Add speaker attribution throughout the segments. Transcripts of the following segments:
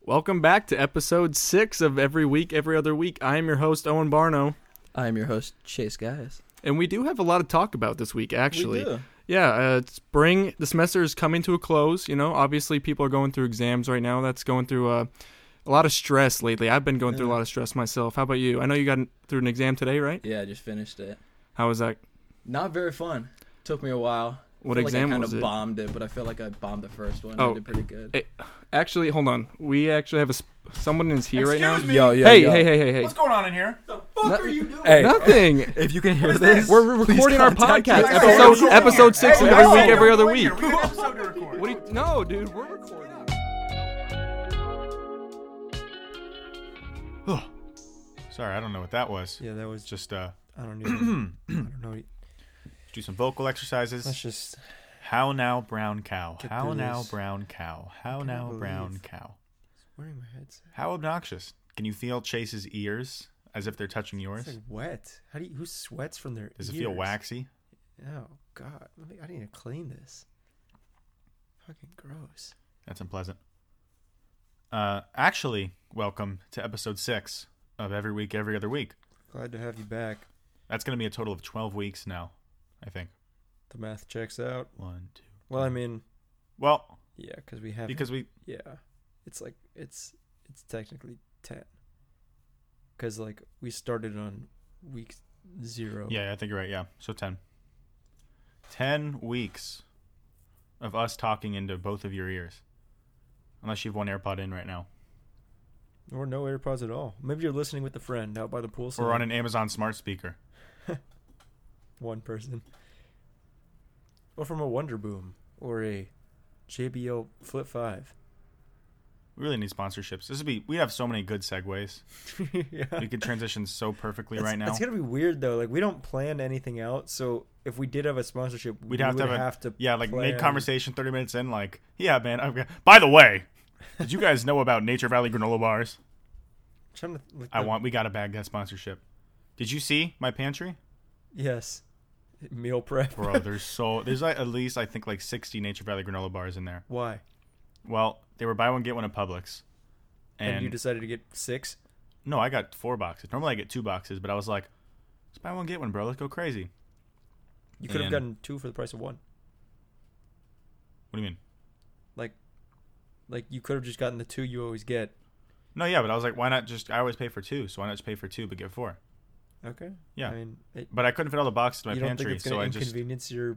Speaker 1: Welcome back to episode six of Every Week, Every Other Week. I am your host, Owen Barno,
Speaker 2: I am your host, Chase Guys.
Speaker 1: and we do have a lot of talk about this week, actually. Yeah, uh, spring, the semester is coming to a close. You know, obviously, people are going through exams right now. That's going through uh, a lot of stress lately. I've been going through a
Speaker 2: Yeah.
Speaker 1: lot of stress myself. How about you? I know you got an- through an exam today, right?
Speaker 2: Yeah, I just finished it.
Speaker 1: How was that?
Speaker 2: Not very fun. Took me a while.
Speaker 1: What
Speaker 2: I feel
Speaker 1: exam
Speaker 2: like I
Speaker 1: was
Speaker 2: kind
Speaker 1: it?
Speaker 2: of bombed it, but I feel like I bombed the first one.
Speaker 1: Oh.
Speaker 2: I did pretty good.
Speaker 1: Hey, actually, hold on. We actually have a sp- someone is here right now.
Speaker 3: Excuse me.
Speaker 2: Yo, yo,
Speaker 1: hey,
Speaker 2: yo.
Speaker 1: hey, hey, hey, hey,
Speaker 3: What's going on in here? The fuck
Speaker 2: Not-
Speaker 3: are you doing?
Speaker 2: Hey.
Speaker 1: Nothing.
Speaker 2: If you can hear
Speaker 3: is this,
Speaker 1: We're recording our podcast
Speaker 3: us.
Speaker 1: episode episode six of
Speaker 3: Hey,
Speaker 1: every
Speaker 3: no,
Speaker 1: week, every
Speaker 3: no,
Speaker 1: other
Speaker 3: wait
Speaker 1: week.
Speaker 3: here. We got an episode to record.
Speaker 1: What do you? No, dude, we're recording.
Speaker 4: Sorry, I don't know what that was.
Speaker 5: Yeah, that was just.
Speaker 4: Just uh,
Speaker 5: I don't know. I don't know.
Speaker 4: do some vocal exercises.
Speaker 5: Let's just.
Speaker 4: How now, brown cow?
Speaker 5: Get
Speaker 4: How
Speaker 5: through
Speaker 4: now,
Speaker 5: this.
Speaker 4: brown cow? How
Speaker 5: cannot
Speaker 4: now, brown
Speaker 5: believe-
Speaker 4: cow?
Speaker 5: Wearing my headset.
Speaker 4: How obnoxious! Can you feel Chase's ears as if they're touching
Speaker 5: It's
Speaker 4: yours?
Speaker 5: like wet. How do you? Who sweats from their?
Speaker 4: Does it
Speaker 5: ears?
Speaker 4: feel waxy?
Speaker 5: Oh God! Let me- I need to clean this. Fucking gross.
Speaker 4: That's unpleasant. Uh, actually, welcome to episode six of Every Week, Every Other Week.
Speaker 5: Glad to have you back.
Speaker 4: That's going to be a total of twelve weeks now, I think.
Speaker 5: The math checks out.
Speaker 4: One, two.
Speaker 5: Well, I mean,
Speaker 4: Well,
Speaker 5: yeah, because we have.
Speaker 4: because we
Speaker 5: yeah, it's like it's it's technically ten. Because like we started on week zero.
Speaker 4: Yeah, I think you're right. Yeah. So 10. 10 weeks of us talking into both of your ears. Unless you've one AirPod in right now.
Speaker 5: Or no AirPods at all. Maybe you're listening with a friend out by the pool.
Speaker 4: or
Speaker 5: somewhere.
Speaker 4: on an Amazon smart speaker.
Speaker 5: one person. Or from a Wonder Boom or a JBL Flip 5.
Speaker 4: We really need sponsorships. This would be we have so many good segues.
Speaker 5: yeah.
Speaker 4: We could transition so perfectly
Speaker 5: It's-
Speaker 4: right now.
Speaker 5: It's going to be weird though. Like we don't plan anything out, so if we did have a sponsorship,
Speaker 4: We'd
Speaker 5: we
Speaker 4: have to
Speaker 5: would
Speaker 4: have, a,
Speaker 5: to
Speaker 4: Yeah, like
Speaker 5: plan-
Speaker 4: mid conversation 30 minutes in like, yeah, man. I've got, by the way, did you guys know about Nature Valley granola bars?
Speaker 5: Trying to, like,
Speaker 4: I
Speaker 5: the-
Speaker 4: want we got to bag that sponsorship. Did you see my pantry?
Speaker 5: Yes. Meal prep.
Speaker 4: Bro, there's so there's like at least I think like 60 Nature Valley granola bars in there.
Speaker 5: Why?
Speaker 4: Well, they were buy one get one at Publix,
Speaker 5: And,
Speaker 4: and,
Speaker 5: you decided to get 6?
Speaker 4: no, I got four boxes. Normally I get two boxes, but I was like, let's buy one get one, bro. Let's go crazy.
Speaker 5: You could have
Speaker 4: and-
Speaker 5: gotten 2 for the price of 1.
Speaker 4: What do you mean?
Speaker 5: Like you could have just gotten the 2 you always get.
Speaker 4: No, yeah, but I was like, why not just? I always pay for two, so why not just pay for two but get four?
Speaker 5: Okay.
Speaker 4: Yeah.
Speaker 5: I mean, it,
Speaker 4: But I couldn't fit all the boxes in my
Speaker 5: you don't
Speaker 4: pantry,
Speaker 5: think it's going
Speaker 4: so
Speaker 5: to
Speaker 4: I just
Speaker 5: inconvenience your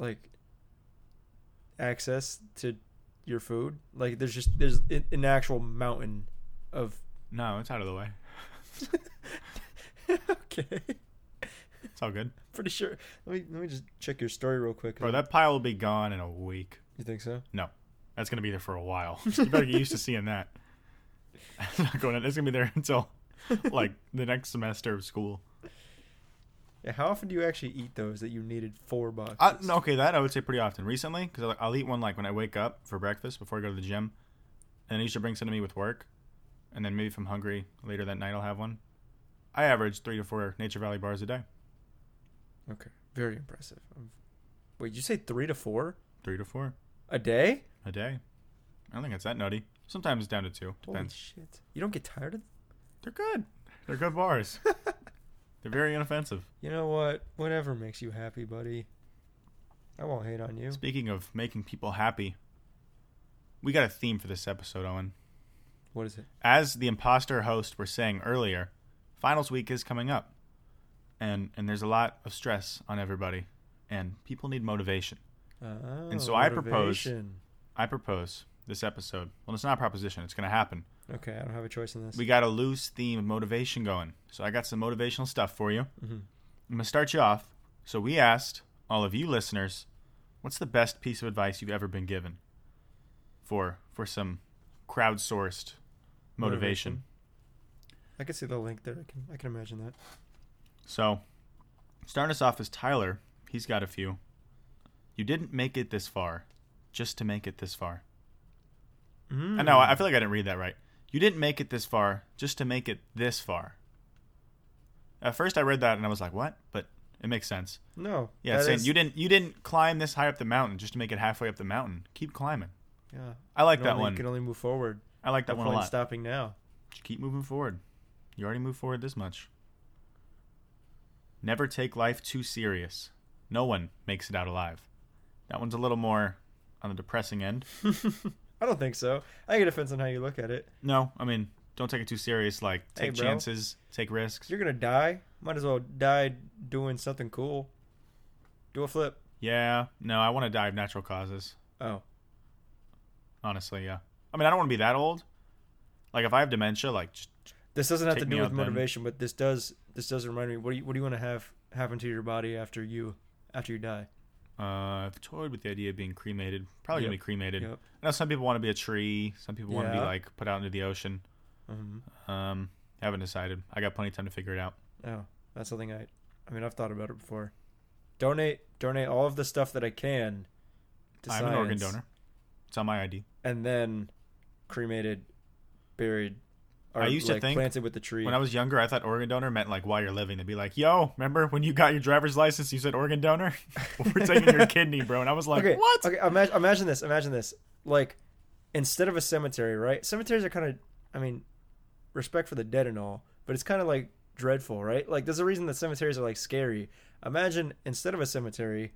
Speaker 5: like access to your food? Like there's just there's an- an actual mountain of
Speaker 4: no, it's out of the way.
Speaker 5: okay.
Speaker 4: It's all good,
Speaker 5: Pretty sure. Let me let me just check your story real quick.
Speaker 4: bro. That pile will be gone in a week.
Speaker 5: you think so?
Speaker 4: That's gonna be there for a while. You better get used to seeing that. It's not going. It's gonna be there until like the next semester of school.
Speaker 5: Yeah, how often do you actually eat those that you needed four boxes?
Speaker 4: Uh, no, okay, that I would say pretty often. Recently, because I'll, I'll eat one like when I wake up for breakfast before I go to the gym, and then Isha brings some to me with work, and then maybe if I'm hungry later that night I'll have one. I average three to four Nature Valley bars a day,
Speaker 5: Okay. Very impressive. Um, Wait, you say three to four
Speaker 4: three to four
Speaker 5: a day?
Speaker 4: a day. I don't think it's that nutty. Sometimes it's down to two.
Speaker 5: Holy
Speaker 4: Depends.
Speaker 5: shit! You don't get tired of?
Speaker 4: They're good. They're good bars. They're very inoffensive.
Speaker 5: You know what? Whatever makes you happy, buddy. I won't hate on you.
Speaker 4: Speaking of making people happy, we got a theme for this episode, Owen.
Speaker 5: What is it?
Speaker 4: as the imposter host were saying earlier, finals week is coming up. And and there's a lot of stress on everybody and people need motivation.
Speaker 5: Oh,
Speaker 4: so I propose-
Speaker 5: motivation.
Speaker 4: I propose this episode. Well, it's not a proposition, it's going to happen.
Speaker 5: Okay, I don't have a choice in this.
Speaker 4: We got a loose theme of motivation going. So I got some motivational stuff for you.
Speaker 5: Mhm.
Speaker 4: I'm going to start you off. So we asked all of you listeners, what's the best piece of advice you've ever been given for for some crowdsourced motivation.
Speaker 5: Motivation. I can see the link there. I can I can imagine that.
Speaker 4: So, starting us off is Tyler. He's got a few. You didn't make it this far, just to make it this far. I know. I I feel like I didn't read that right. You didn't make it this far, just to make it this far. At first, I read that and I was like, "What?" But it makes sense.
Speaker 5: Mm. No.
Speaker 4: Yeah, it's
Speaker 5: that
Speaker 4: saying
Speaker 5: is-
Speaker 4: you didn't you didn't climb this high up the mountain just to make it halfway up the mountain. Keep climbing.
Speaker 5: Yeah.
Speaker 4: I like
Speaker 5: You
Speaker 4: that
Speaker 5: only-
Speaker 4: one.
Speaker 5: Can only move forward.
Speaker 4: I like that
Speaker 5: No
Speaker 4: one a
Speaker 5: point in
Speaker 4: lot.
Speaker 5: stopping now.
Speaker 4: Just keep moving forward. You already moved forward this much. Never take life too serious. No one makes it out alive. That one's a little more on the depressing end.
Speaker 5: I don't think so. I think it depends on how you look at it.
Speaker 4: No, I mean, don't take it too serious. Like,
Speaker 5: Hey,
Speaker 4: take
Speaker 5: bro.
Speaker 4: chances, take risks.
Speaker 5: You're gonna die. Might as well die doing something cool. Do a flip.
Speaker 4: Yeah, no, I want to die of natural causes.
Speaker 5: Oh,
Speaker 4: Honestly, yeah. I mean, I don't want to be that old. Like, if I have dementia, like, just,
Speaker 5: this doesn't have
Speaker 4: Take
Speaker 5: to do
Speaker 4: me
Speaker 5: with
Speaker 4: out then.
Speaker 5: motivation, but this does. This does remind me. What do you What do you want to have happen to your body after you after you die?
Speaker 4: uh, I've toyed with the idea of being cremated. Probably gonna
Speaker 5: Yep.
Speaker 4: be cremated.
Speaker 5: Yep.
Speaker 4: I know some people want to be a tree. Some people want to be
Speaker 5: Yeah.
Speaker 4: like put out into the ocean.
Speaker 5: Mhm.
Speaker 4: Um, haven't decided. I got plenty of time to figure it out.
Speaker 5: Oh, that's something I. I mean, I've thought about it before. Donate, donate all of the stuff that I can. To
Speaker 4: I'm an organ
Speaker 5: science,
Speaker 4: donor. It's on my ID.
Speaker 5: And then cremated, buried. Or
Speaker 4: I used to
Speaker 5: like,
Speaker 4: think
Speaker 5: planted with the tree.
Speaker 4: When I was younger, I thought organ donor meant like while you're living. They'd be like, "Yo, remember when you got your driver's license? You said organ donor. We're taking your kidney, bro." And I was like,
Speaker 5: okay,
Speaker 4: "What?"
Speaker 5: Okay, imagine, imagine this. Imagine this. Like, instead of a cemetery, right? Cemeteries are kind of, I mean, respect for the dead and all, but it's kind of like dreadful, right? Like, there's a reason that cemeteries are like scary. Imagine instead of a cemetery,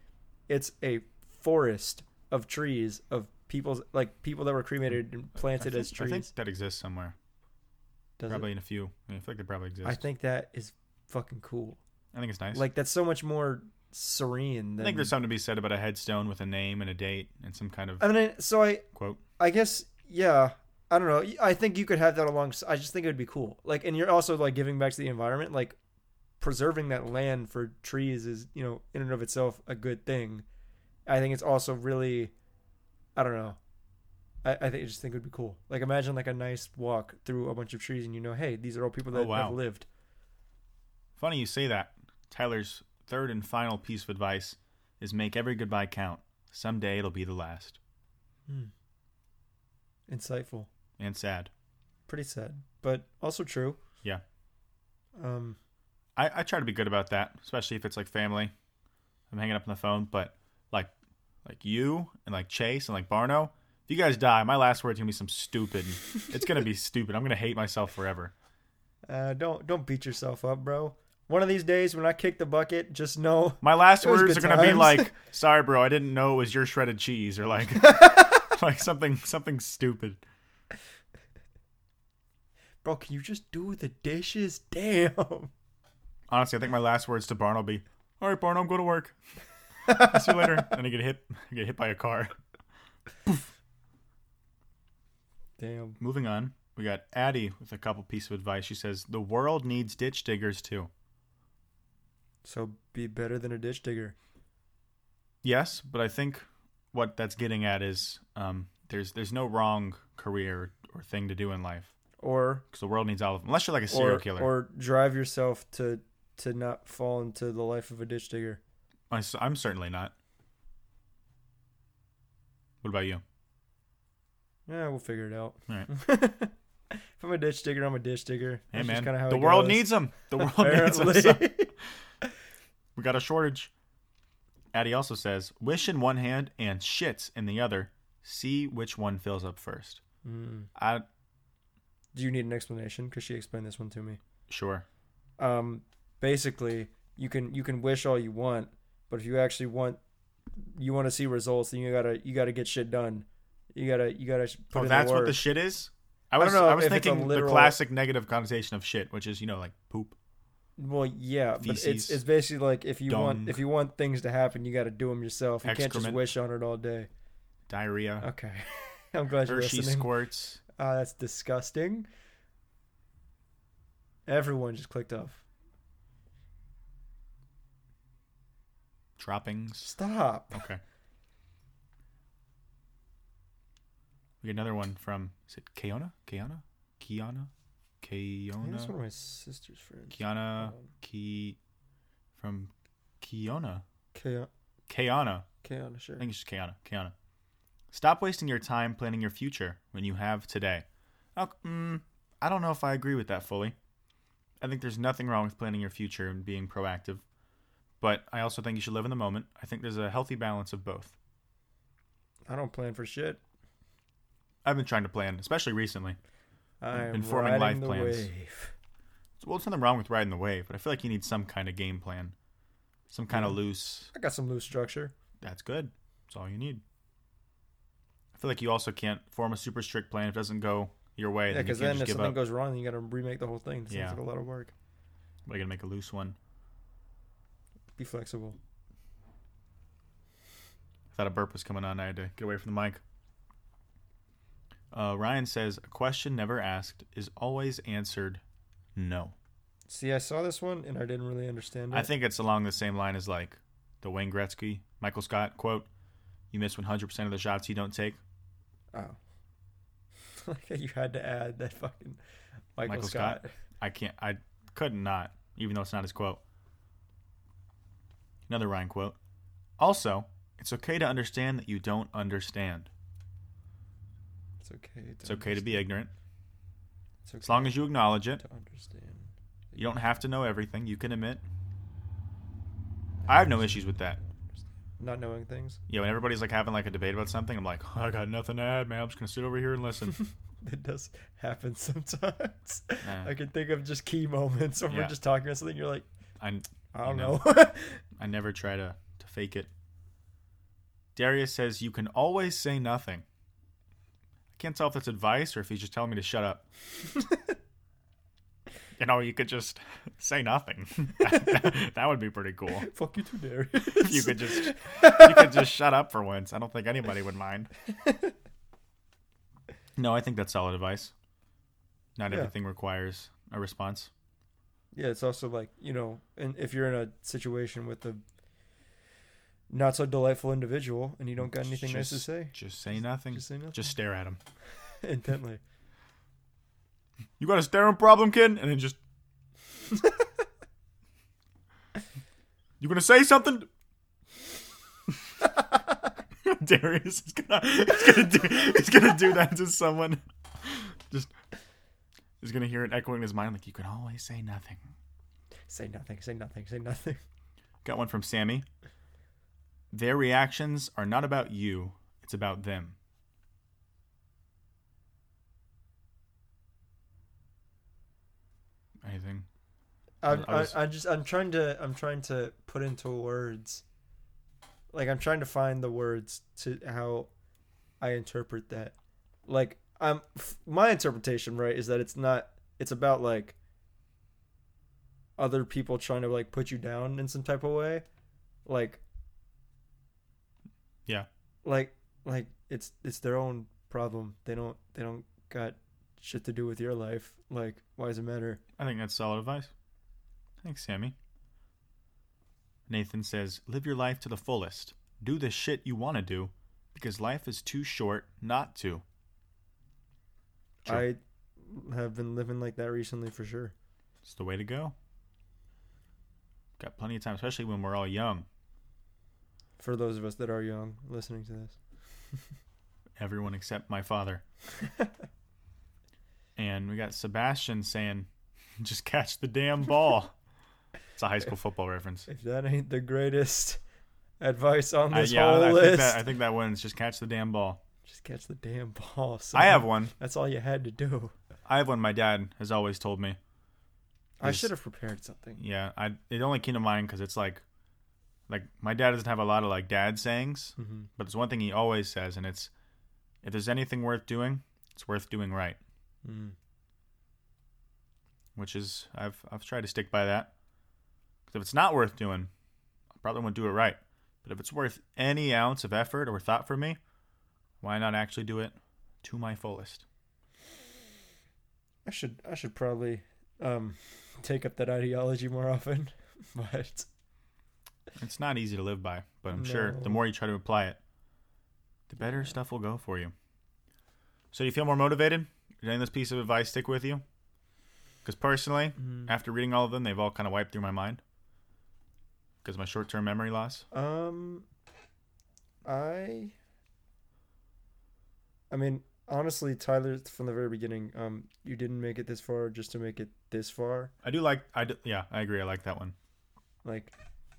Speaker 5: it's a forest of trees of people's like people that were cremated and
Speaker 4: I
Speaker 5: planted
Speaker 4: think-
Speaker 5: as trees.
Speaker 4: I think that exists somewhere.
Speaker 5: Does it?
Speaker 4: probably in a few. I, mean, I feel like they probably exist.
Speaker 5: I think that is fucking cool.
Speaker 4: I think it's nice.
Speaker 5: Like, that's so much more serene.
Speaker 4: I
Speaker 5: Than,
Speaker 4: think there's something to be said about a headstone with a name and a date and some kind of
Speaker 5: I mean, so I
Speaker 4: quote.
Speaker 5: I guess yeah. I don't know. I think you could have that along. I just think it would be cool. Like, and you're also like giving back to the environment. Like, preserving that land for trees is, you know, in and of itself a good thing. I think it's also really, I don't know. I, I think I just think it would be cool. Like, imagine like a nice walk through a bunch of trees, and you know, hey, these are all people
Speaker 4: Oh,
Speaker 5: that
Speaker 4: wow.
Speaker 5: have lived.
Speaker 4: Funny you say that. Tyler's third and final piece of advice is make every goodbye count. Someday it'll be the last.
Speaker 5: Insightful.
Speaker 4: And sad.
Speaker 5: Pretty sad, but also true.
Speaker 4: Yeah.
Speaker 5: Um.
Speaker 4: I, I try to be good about that, especially if it's like family. I'm hanging up on the phone, but like like you and like Chase and like Barno, if you guys die, my last word's gonna be some stupid. it's gonna be stupid. I'm gonna hate myself forever.
Speaker 5: Uh. Don't don't beat yourself up, bro. One of these days, when I kick the bucket, just know.
Speaker 4: My last
Speaker 5: Those
Speaker 4: words
Speaker 5: good
Speaker 4: are gonna be
Speaker 5: times.
Speaker 4: like, "Sorry, bro, I didn't know it was your shredded cheese," or like, like something something stupid.
Speaker 5: Bro, can you just do the dishes? Damn.
Speaker 4: Honestly, I think my last words to Barno will be, "All right, Barno, I'm going to work. I'll See you later." And I get hit, I get hit by a car.
Speaker 5: Damn.
Speaker 4: Moving on, we got Addie with a couple piece of advice. She says, "The world needs ditch diggers too."
Speaker 5: So be better than a ditch digger.
Speaker 4: Yes, but I think what that's getting at is um, there's there's no wrong career or thing to do in life
Speaker 5: Or
Speaker 4: because the world needs all of them. Unless you're like a serial
Speaker 5: or,
Speaker 4: killer.
Speaker 5: or drive yourself to to not fall into the life of a ditch digger.
Speaker 4: I s- I'm certainly not. What about you?
Speaker 5: Yeah, we'll figure it out.
Speaker 4: All right.
Speaker 5: if I'm a ditch digger, I'm a ditch digger.
Speaker 4: Hey
Speaker 5: That's just
Speaker 4: man,
Speaker 5: kinda how
Speaker 4: the
Speaker 5: it
Speaker 4: world
Speaker 5: goes.
Speaker 4: needs them. The world needs them.
Speaker 5: Apparently.
Speaker 4: We got a shortage. Addie also says, "Wish in one hand and shits in the other. See which one fills up first.
Speaker 5: Mm.
Speaker 4: I
Speaker 5: Do you need an explanation? Because she explained this one to me.
Speaker 4: sure.
Speaker 5: um, basically you can you can wish all you want, but if you actually want you want to see results, then you gotta you gotta get shit done. You gotta you gotta put
Speaker 4: oh,
Speaker 5: in
Speaker 4: that's
Speaker 5: the work.
Speaker 4: what the shit is. I
Speaker 5: don't
Speaker 4: was
Speaker 5: know
Speaker 4: I was
Speaker 5: if it's a
Speaker 4: thinking
Speaker 5: literal-
Speaker 4: the classic negative connotation of shit, which is you know like poop.
Speaker 5: well, yeah, but it's
Speaker 4: Feces.
Speaker 5: it's basically like if you want
Speaker 4: Dung.
Speaker 5: if you want things to happen, you gotta do them yourself. You can't just
Speaker 4: Excrement.
Speaker 5: wish on it all day.
Speaker 4: diarrhea,
Speaker 5: Okay, I'm glad you're
Speaker 4: Hershey
Speaker 5: listening.
Speaker 4: squirts.
Speaker 5: Ah, that's disgusting. Everyone just clicked off.
Speaker 4: droppings.
Speaker 5: Stop.
Speaker 4: Okay. We get another one from is it Kiana? Kiana? Kiana?
Speaker 5: I think that's
Speaker 4: Kiona?
Speaker 5: one of my sister's friends.
Speaker 4: Kiana?
Speaker 5: Um,
Speaker 4: Ki from Kiona?
Speaker 5: Kiana,
Speaker 4: Kiana.
Speaker 5: Kiana, sure.
Speaker 4: I think it's just Kiana. Kiana. Stop wasting your time planning your future when you have today. Oh, mm, I don't know if I agree with that fully. I think there's nothing wrong with planning your future and being proactive, but I also think you should live in the moment. I think there's a healthy balance of both.
Speaker 5: I don't plan for shit.
Speaker 4: I've been trying to plan, especially recently.
Speaker 5: I'm
Speaker 4: Informing
Speaker 5: riding
Speaker 4: life
Speaker 5: the
Speaker 4: plans.
Speaker 5: wave.
Speaker 4: So, well, there's nothing wrong with riding the wave, but I feel like you need some kind of game plan, some kind of loose.
Speaker 5: I got some loose structure.
Speaker 4: That's good. That's all you need. I feel like you also can't form a super strict plan if it doesn't go your way.
Speaker 5: Yeah,
Speaker 4: then you
Speaker 5: because
Speaker 4: can't
Speaker 5: then
Speaker 4: just
Speaker 5: if
Speaker 4: give
Speaker 5: something
Speaker 4: up.
Speaker 5: goes wrong, you got to remake the whole thing. It sounds
Speaker 4: Yeah.
Speaker 5: like a lot of work.
Speaker 4: But you gotta make a loose one.
Speaker 5: Be flexible.
Speaker 4: I thought a burp was coming on. I had to get away from the mic. Uh, Ryan says a question never asked is always answered no.
Speaker 5: See, I saw this one and I didn't really understand it.
Speaker 4: I think it's along the same line as like the Wayne Gretzky, Michael Scott quote: "You miss 100% of the shots you don't take."
Speaker 5: Oh. Like you had to add that fucking Michael,
Speaker 4: Michael
Speaker 5: Scott.
Speaker 4: Scott. I can't. I could not, even though it's not his quote. Another Ryan quote. Also, it's okay to understand that you don't understand.
Speaker 5: It's okay. To
Speaker 4: It's okay to be ignorant
Speaker 5: It's okay
Speaker 4: as long as you acknowledge it.
Speaker 5: to understand.
Speaker 4: You don't have to know everything. You can admit. I have no issues with that.
Speaker 5: Not knowing things.
Speaker 4: Yeah, when everybody's like having like a debate about something, I'm like, I got nothing to add, man. I'm just gonna sit over here and listen.
Speaker 5: It does happen sometimes.
Speaker 4: Yeah.
Speaker 5: I can think of just key moments when we're
Speaker 4: Yeah.
Speaker 5: just talking about something. You're like,
Speaker 4: I
Speaker 5: I don't
Speaker 4: know.
Speaker 5: know.
Speaker 4: I never try to to fake it. Darius says you can always say nothing. I can't tell if that's advice or if he's just telling me to shut up. you know, you could just say nothing. that, would be pretty cool.
Speaker 5: Fuck you too, Darius.
Speaker 4: If you could just you could just shut up for once. I don't think anybody would mind. No, I think that's solid advice. Not
Speaker 5: Yeah.
Speaker 4: everything requires a response.
Speaker 5: Yeah, it's also like you know, and if you're in a situation with a not so delightful individual and you don't got anything nice to
Speaker 4: Just-
Speaker 5: say,
Speaker 4: Just say nothing.
Speaker 5: just say nothing
Speaker 4: Just stare at him.
Speaker 5: intently.
Speaker 4: You got a staring problem, kid? And then just. you gonna say something? Darius is gonna he's gonna do he's gonna do that to someone. Just he's gonna hear it echoing in his mind like you can always say nothing.
Speaker 5: Say nothing. Say nothing. Say nothing.
Speaker 4: Got one from Sammy. Their reactions are not about you, it's about them. Anything?
Speaker 5: I'm,
Speaker 4: I
Speaker 5: I,
Speaker 4: was-
Speaker 5: I just I'm trying to I'm trying to put into words like I'm trying to find the words to how I interpret that like I'm f- my interpretation right is that it's not it's about like other people trying to like put you down in some type of way like
Speaker 4: Yeah.
Speaker 5: like like it's it's their own problem they don't they don't got shit to do with your life like why does it matter
Speaker 4: I think that's solid advice. Thanks, Sammy. Nathan says, Live your life to the fullest. Do the shit you want to do because life is too short not to. True.
Speaker 5: I have been living like that recently for sure.
Speaker 4: It's the way to go. Got plenty of time, especially when we're all young.
Speaker 5: For those of us that are young listening to this,
Speaker 4: everyone except my father. and we got Sebastian saying, just catch the damn ball. It's a high school football reference.
Speaker 5: if that ain't the greatest advice on
Speaker 4: I,
Speaker 5: this
Speaker 4: yeah,
Speaker 5: whole
Speaker 4: I,
Speaker 5: list,
Speaker 4: think that, I think that one's just catch the damn ball.
Speaker 5: just catch the damn ball. son.
Speaker 4: I have one.
Speaker 5: That's all you had to do.
Speaker 4: I have one my dad has always told me.
Speaker 5: I
Speaker 4: Yes.
Speaker 5: should have prepared something.
Speaker 4: Yeah, I it only came to mind because it's like, like my dad doesn't have a lot of like dad sayings,
Speaker 5: hmm
Speaker 4: but there's one thing he always says, and it's, if there's anything worth doing, it's worth doing right.
Speaker 5: mm
Speaker 4: which is I've I've tried to stick by that. 'Cause if it's not worth doing, I probably won't do it right. But if it's worth any ounce of effort or thought for me, why not actually do it to my fullest?
Speaker 5: I should I should probably um, take up that ideology more often, but
Speaker 4: It's not easy to live by, but I'm sure
Speaker 5: No.
Speaker 4: the more you try to apply it, the better stuff will go for you. So do you feel more motivated? Did any of this piece of advice stick with you? Because personally,
Speaker 5: Mm-hmm.
Speaker 4: after reading all of them, they've all kind of wiped through my mind. Because my short-term memory loss.
Speaker 5: Um, I. I mean, honestly, Tyler, from the very beginning, um, you didn't make it this far just to make it this far.
Speaker 4: I do like. I do, yeah, I agree. I like that one.
Speaker 5: Like,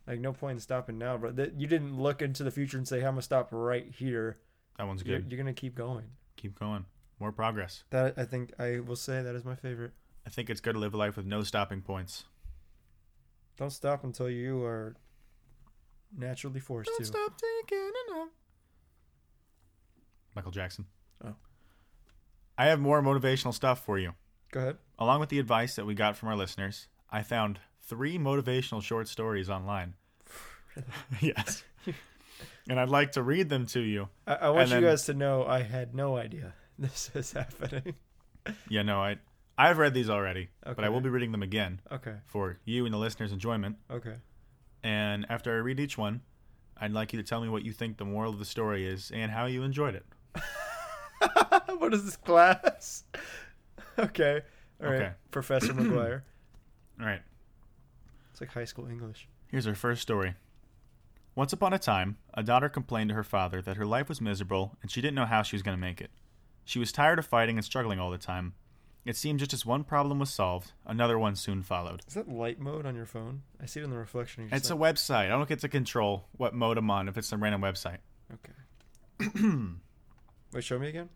Speaker 5: like no point in stopping now, bro. That you didn't look into the future and say, "I'm gonna stop right here."
Speaker 4: That one's
Speaker 5: You're,
Speaker 4: good.
Speaker 5: you're gonna keep going.
Speaker 4: Keep going. More progress.
Speaker 5: That I think I will say that is my favorite.
Speaker 4: I think it's good to live a life with no stopping points.
Speaker 5: Don't stop until you are naturally forced to.
Speaker 4: stop thinking enough. Michael Jackson.
Speaker 2: Oh.
Speaker 4: I have more motivational stuff for you.
Speaker 5: Go ahead.
Speaker 4: Along with the advice that we got from our listeners, I found three motivational short stories online. yes. and I'd like to read them to you.
Speaker 5: I, I want
Speaker 4: And
Speaker 5: you
Speaker 4: then-
Speaker 5: guys to know I had no idea this is happening.
Speaker 4: Yeah, no, I I've read these already, but I will
Speaker 5: Okay.
Speaker 4: be reading them again
Speaker 5: Okay.
Speaker 4: for you and the listeners' enjoyment.
Speaker 5: Okay.
Speaker 4: And after I read each one, I'd like you to tell me what you think the moral of the story is and how you enjoyed it.
Speaker 5: what is this class? okay. All right.
Speaker 4: Okay.
Speaker 5: Professor McGuire.
Speaker 4: All right.
Speaker 5: It's like high school English.
Speaker 4: Here's our first story. Once upon a time, a daughter complained to her father that her life was miserable and she didn't know how she was going to make it. She was tired of fighting and struggling all the time. It seemed just as one problem was solved, another one soon followed.
Speaker 5: Is that light mode on your phone? I see it in the reflection. of your
Speaker 4: It's a
Speaker 5: cell-
Speaker 4: website. I don't get to control what mode I'm on if it's a random website.
Speaker 5: okay. Wait, show me again.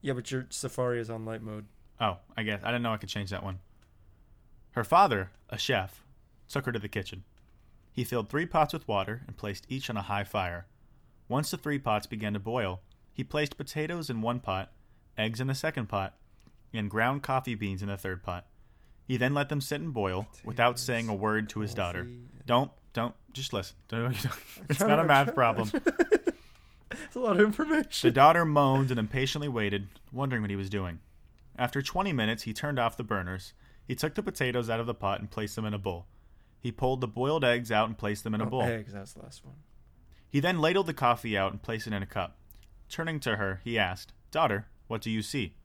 Speaker 5: Yeah, but your Safari is on light mode.
Speaker 4: Oh, I guess. I didn't know I could change that one. Her father, a chef, took her to the kitchen. He filled three pots with water and placed each on a high fire. Once the three pots began to boil, he placed potatoes in one pot, eggs in the second pot, and ground coffee beans in the third pot. He then let them sit and boil without
Speaker 5: Potatoes,
Speaker 4: saying a word to his daughter.
Speaker 5: coffee, and-
Speaker 4: Don't, don't, just listen. Don't, it's not a math problem.
Speaker 5: It's a lot of information.
Speaker 4: The daughter moaned and impatiently waited, wondering what he was doing. After 20 minutes, he turned off the burners. He took the potatoes out of the pot and placed them in a bowl. He pulled the boiled eggs out and placed them in a
Speaker 5: Oh,
Speaker 4: bowl.
Speaker 5: eggs. That's the last one.
Speaker 4: He then ladled the coffee out and placed it in a cup. Turning to her, he asked, Daughter, what do you see?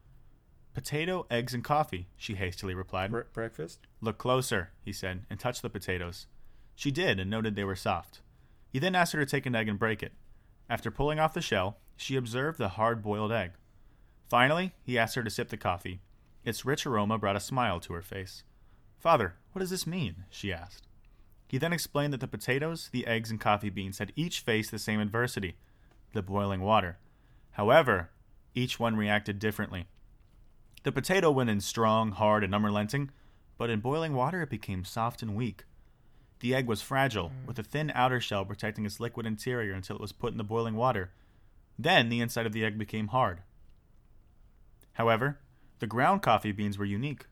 Speaker 4: Potato, eggs, and coffee, she hastily replied.
Speaker 5: Bre- breakfast.
Speaker 4: Look closer, he said, and touched the potatoes. She did and noted they were soft. He then asked her to take an egg and break it. After pulling off the shell, she observed the hard boiled egg. Finally, he asked her to sip the coffee. Its rich aroma brought a smile to her face. Father, what does this mean? she asked. He then explained that the potatoes, the eggs, and coffee beans had each faced the same adversity the boiling water. However, each one reacted differently. The potato went in strong, hard, and unrelenting, but in boiling water it became soft and weak. The egg was fragile, with a thin outer shell protecting its liquid interior until it was put in the boiling water. Then the inside of the egg became hard. However, the ground coffee beans were unique.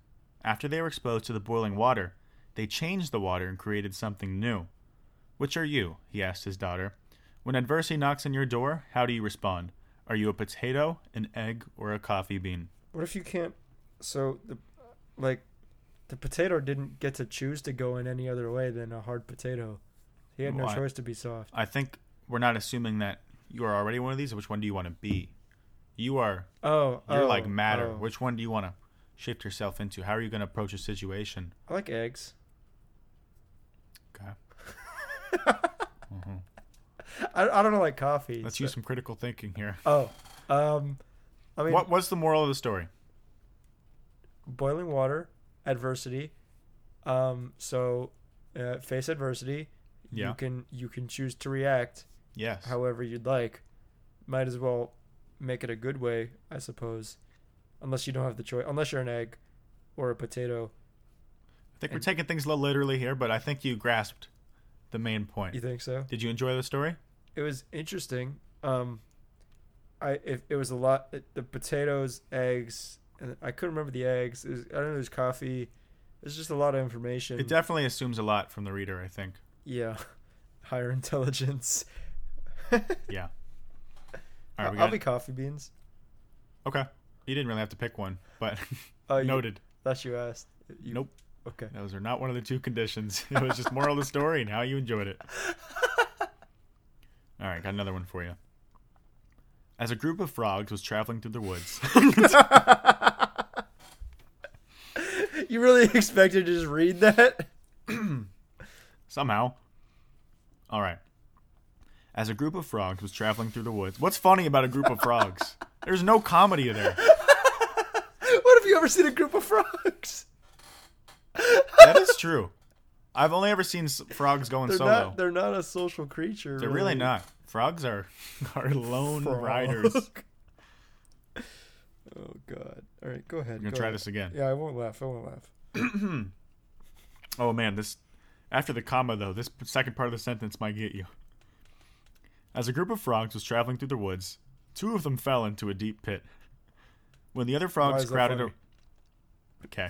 Speaker 4: After they were exposed to the boiling water, they changed the water and created something new. Which are you? he asked his daughter. When adversity knocks on your door, how do you respond? Are you a potato, an egg, or a coffee bean?
Speaker 5: What if you can't? So the, like, the potato didn't get to choose to go in any other way than a hard potato. He had no
Speaker 4: Why?
Speaker 5: choice to be soft.
Speaker 4: I think we're not assuming that you are already one of these. Which one do you want to be? You are.
Speaker 5: Oh,
Speaker 4: You're
Speaker 5: oh,
Speaker 4: like matter.
Speaker 5: oh.
Speaker 4: Which one do you want to shift yourself into? How are you going to approach a situation?
Speaker 5: I like eggs.
Speaker 4: Okay.
Speaker 5: I, I don't know, like coffee.
Speaker 4: Let's
Speaker 5: so-
Speaker 4: use some critical thinking here.
Speaker 5: Oh, um, I mean,
Speaker 4: What What's the moral of the story?
Speaker 5: boiling water, adversity. Um, so uh, face adversity.
Speaker 4: Yeah.
Speaker 5: You can you can choose to react
Speaker 4: Yes.
Speaker 5: however you'd like. Might as well make it a good way, I suppose. Unless you don't have the choice. Unless you're an egg or a potato.
Speaker 4: I think we're taking things a little literally here, but I think you grasped the main point.
Speaker 5: You think so?
Speaker 4: Did you enjoy the story?
Speaker 5: It was interesting. Um, I it, it was a lot. It, the potatoes, eggs, and I couldn't remember the eggs. It was, I don't know. There's coffee. There's just a lot of information.
Speaker 4: It definitely assumes a lot from the reader. I think.
Speaker 5: yeah, higher intelligence.
Speaker 4: Yeah. All right.
Speaker 5: I'll
Speaker 4: We got
Speaker 5: be coffee beans.
Speaker 4: okay. You didn't really have to pick one, but
Speaker 5: Oh, you,
Speaker 4: noted.
Speaker 5: That you asked. You-
Speaker 4: Nope.
Speaker 5: Okay.
Speaker 4: Those are not one of the two conditions. It was just moral of the story and how you enjoyed it. All right, got another one for you. As a group of frogs was traveling through the woods,
Speaker 5: You really expected to just read that?
Speaker 4: somehow. All right. As a group of frogs was traveling through the woods. What's funny about a group of frogs? There's no comedy there.
Speaker 5: What have you ever seen a group of frogs?
Speaker 4: That is true. I've only ever seen s- frogs going
Speaker 5: They're
Speaker 4: solo.
Speaker 5: not. They're not a social creature.
Speaker 4: They're really not. Frogs are are lone
Speaker 5: Frog.
Speaker 4: riders. We're
Speaker 5: Oh God. All right, go ahead.
Speaker 4: gonna
Speaker 5: go
Speaker 4: try
Speaker 5: ahead.
Speaker 4: this again.
Speaker 5: Yeah, I won't laugh. I won't laugh.
Speaker 4: Oh man, this after the comma though, this second part of the sentence might get you. As a group of frogs was traveling through the woods, two of them fell into a deep pit. When the other frogs
Speaker 5: is that
Speaker 4: crowded
Speaker 5: funny?
Speaker 4: a- Okay.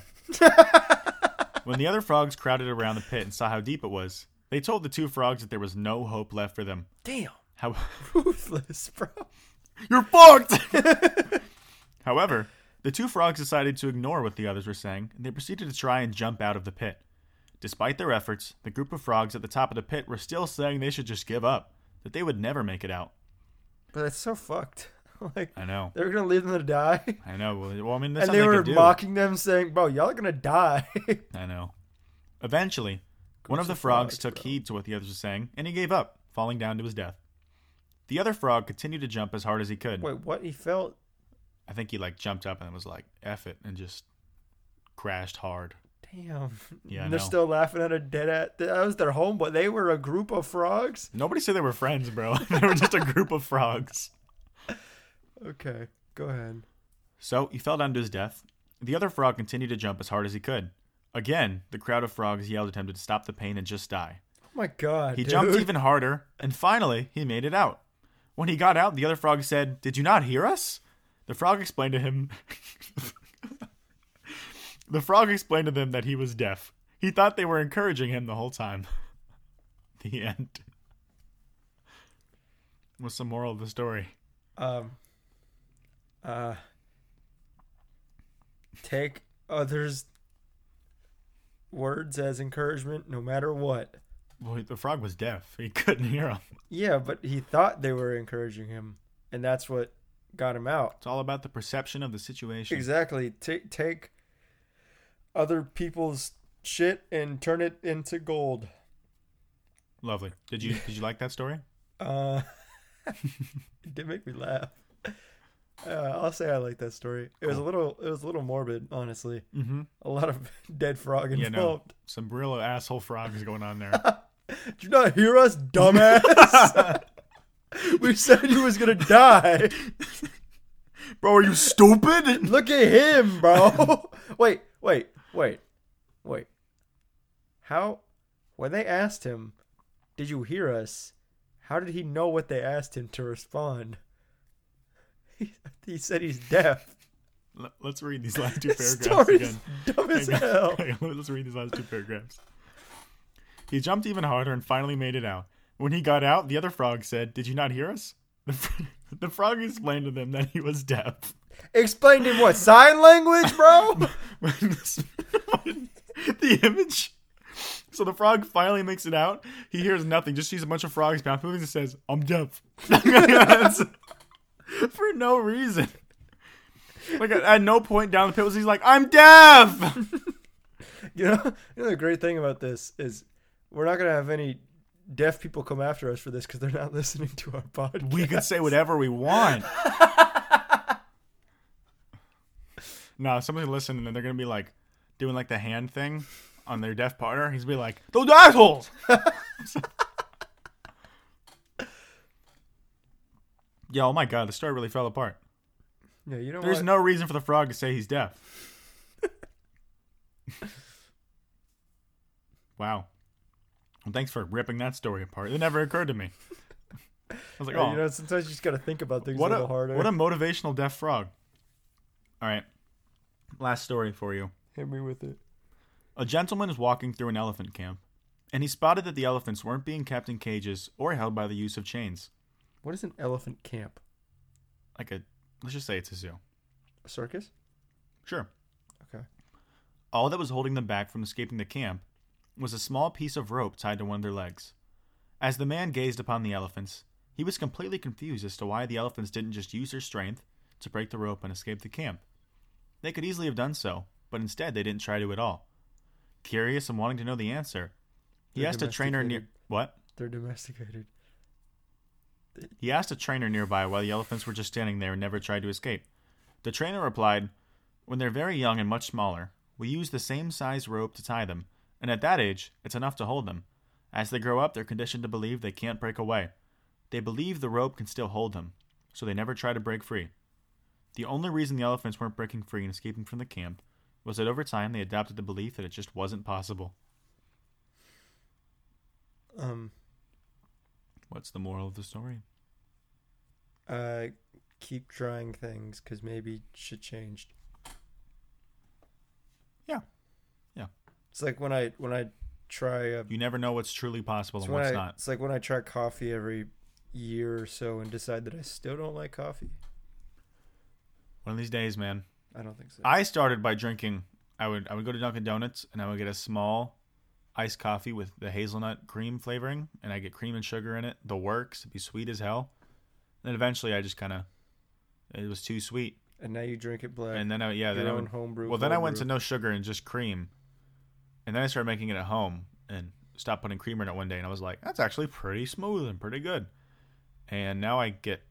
Speaker 4: when the other frogs crowded around the pit and saw how deep it was, they told the two frogs that there was no hope left for them.
Speaker 5: Damn.
Speaker 4: How
Speaker 5: Ruthless, bro.
Speaker 4: You're fucked. However, the two frogs decided to ignore what the others were saying, and they proceeded to try and jump out of the pit. Despite their efforts, the group of frogs at the top of the pit were still saying they should just give up, that they would never make it out.
Speaker 5: But that's so fucked. like
Speaker 4: I know.
Speaker 5: they were gonna leave them to die,
Speaker 4: I know. Well, well, I mean, that's
Speaker 5: and they
Speaker 4: something
Speaker 5: were
Speaker 4: could do.
Speaker 5: mocking them, saying, "Bro, y'all are gonna die."
Speaker 4: I know. Eventually, one of the frogs took heed to what the others were saying, and he gave up, falling down to his death. The other frog continued to jump as hard as he could.
Speaker 5: Wait, what? He felt.
Speaker 4: I think he like jumped up and was like, "F it," and just crashed hard.
Speaker 5: Damn.
Speaker 4: Yeah, I
Speaker 5: And they're
Speaker 4: know.
Speaker 5: still laughing at a dead at. That was their home, but they were a group of frogs.
Speaker 4: Nobody said they were friends, bro. they were just a group of frogs.
Speaker 5: Okay, go ahead.
Speaker 4: So he fell down to his death. The other frog continued to jump as hard as he could. Again, the crowd of frogs yelled at him to stop the pain and just die.
Speaker 5: Oh my god.
Speaker 4: He
Speaker 5: dude.
Speaker 4: jumped even harder, and finally, he made it out. When he got out, the other frog said, Did you not hear us? The frog explained to him. the frog explained to them that he was deaf. He thought they were encouraging him the whole time. The end. What's the moral of the story?
Speaker 5: um uh take others words as encouragement no matter what
Speaker 4: Well, the frog was deaf. He couldn't hear him.
Speaker 5: yeah but he thought they were encouraging him and that's what got him out
Speaker 4: It's all about the perception of the situation.
Speaker 5: exactly take take other people's shit and turn it into gold
Speaker 4: Lovely. Did you did you like that story?
Speaker 5: uh it did make me laugh uh, i'll say i like that story it was a little it was a little morbid honestly
Speaker 4: Mm-hmm.
Speaker 5: a lot of dead frog
Speaker 4: Yeah, no.
Speaker 5: involved
Speaker 4: Some real asshole frogs going on there.
Speaker 5: Did you not hear us, dumbass? we said you was gonna die.
Speaker 4: Bro, are you stupid?
Speaker 5: Look at him, bro. wait, wait, wait, wait. How? When they asked him, "Did you hear us?" How did he know what they asked him to respond? He, he said he's deaf.
Speaker 4: L- Let's read these last two
Speaker 5: This
Speaker 4: paragraphs
Speaker 5: story's
Speaker 4: again.
Speaker 5: dumb as
Speaker 4: Hang on.
Speaker 5: hell.
Speaker 4: Hang on, Let's read these last two paragraphs. He jumped even harder and finally made it out. When he got out, the other frog said, "Did you not hear us?" The, fr- the frog explained to them that he was deaf.
Speaker 5: Explain to him what sign language, bro.
Speaker 4: when this- when the image. So the frog finally makes it out. He hears nothing. Just sees a bunch of frogs mouth moving and says, "I'm deaf," That's- for no reason. Like at, at no point down the pit was he's like, "I'm deaf."
Speaker 5: You know, you know the great thing about this is we're not gonna have any deaf people come after us for this because they're not listening to our podcast.
Speaker 4: We could say whatever we want. no, somebody listening and they're gonna be like doing like the hand thing on their deaf partner. He's gonna be like, "Those assholes." yeah. Oh my god, the story really fell apart.
Speaker 5: yeah, you know
Speaker 4: There's
Speaker 5: what?
Speaker 4: no reason for the frog to say he's deaf. wow. Well, thanks for ripping that story apart. It never occurred to me. I was like,
Speaker 5: Yeah,
Speaker 4: oh,
Speaker 5: you know, sometimes you just gotta think about things
Speaker 4: what
Speaker 5: a little
Speaker 4: a
Speaker 5: harder.
Speaker 4: what a motivational deaf frog. All right, last story for you.
Speaker 5: Hit me with it.
Speaker 4: A gentleman is walking through an elephant camp, and he spotted that the elephants weren't being kept in cages or held by the use of chains.
Speaker 5: What is an elephant camp?
Speaker 4: Like a, let's just say it's a zoo.
Speaker 5: A circus?
Speaker 4: Sure.
Speaker 5: Okay.
Speaker 4: All that was holding them back from escaping the camp was a small piece of rope tied to one of their legs. As the man gazed upon the elephants, he was completely confused as to why the elephants didn't just use their strength to break the rope and escape the camp. They could easily have done so, but instead they didn't try to at all. Curious and wanting to know the answer, he
Speaker 5: They're
Speaker 4: asked a trainer near
Speaker 5: domesticated.
Speaker 4: what?
Speaker 5: They're domesticated.
Speaker 4: He asked a trainer nearby why the elephants were just standing there and never tried to escape. The trainer replied, When they're very young and much smaller, we use the same size rope to tie them, and at that age, it's enough to hold them. As they grow up, they're conditioned to believe they can't break away. They believe the rope can still hold them, so they never try to break free. The only reason the elephants weren't breaking free and escaping from the camp was that over time they adopted the belief that it just wasn't possible.
Speaker 5: Um,
Speaker 4: What's the moral of the story?
Speaker 5: uh, keep trying things because maybe shit changed.
Speaker 4: Yeah. Yeah.
Speaker 5: It's like when I when I try uh,
Speaker 4: You never know what's truly possible
Speaker 5: it's
Speaker 4: and
Speaker 5: when
Speaker 4: what's
Speaker 5: I-
Speaker 4: not.
Speaker 5: It's like when I try coffee every year or so and decide that I still don't like coffee.
Speaker 4: One of these days, man.
Speaker 5: I don't think so.
Speaker 4: I started by drinking. I would I would go to Dunkin' Donuts and I would get a small iced coffee with the hazelnut cream flavoring, and I get cream and sugar in it. The works, it'd be sweet as hell. And then eventually, I just kind of it was too sweet,
Speaker 5: and now you drink it black.
Speaker 4: and then I yeah
Speaker 5: your
Speaker 4: then I
Speaker 5: own
Speaker 4: would,
Speaker 5: homebrew.
Speaker 4: well then I
Speaker 5: cold
Speaker 4: went to
Speaker 5: brew.
Speaker 4: no sugar and just cream, and then I started making it at home and stopped putting creamer in it one day, and I was like, that's actually pretty smooth and pretty good. And now I get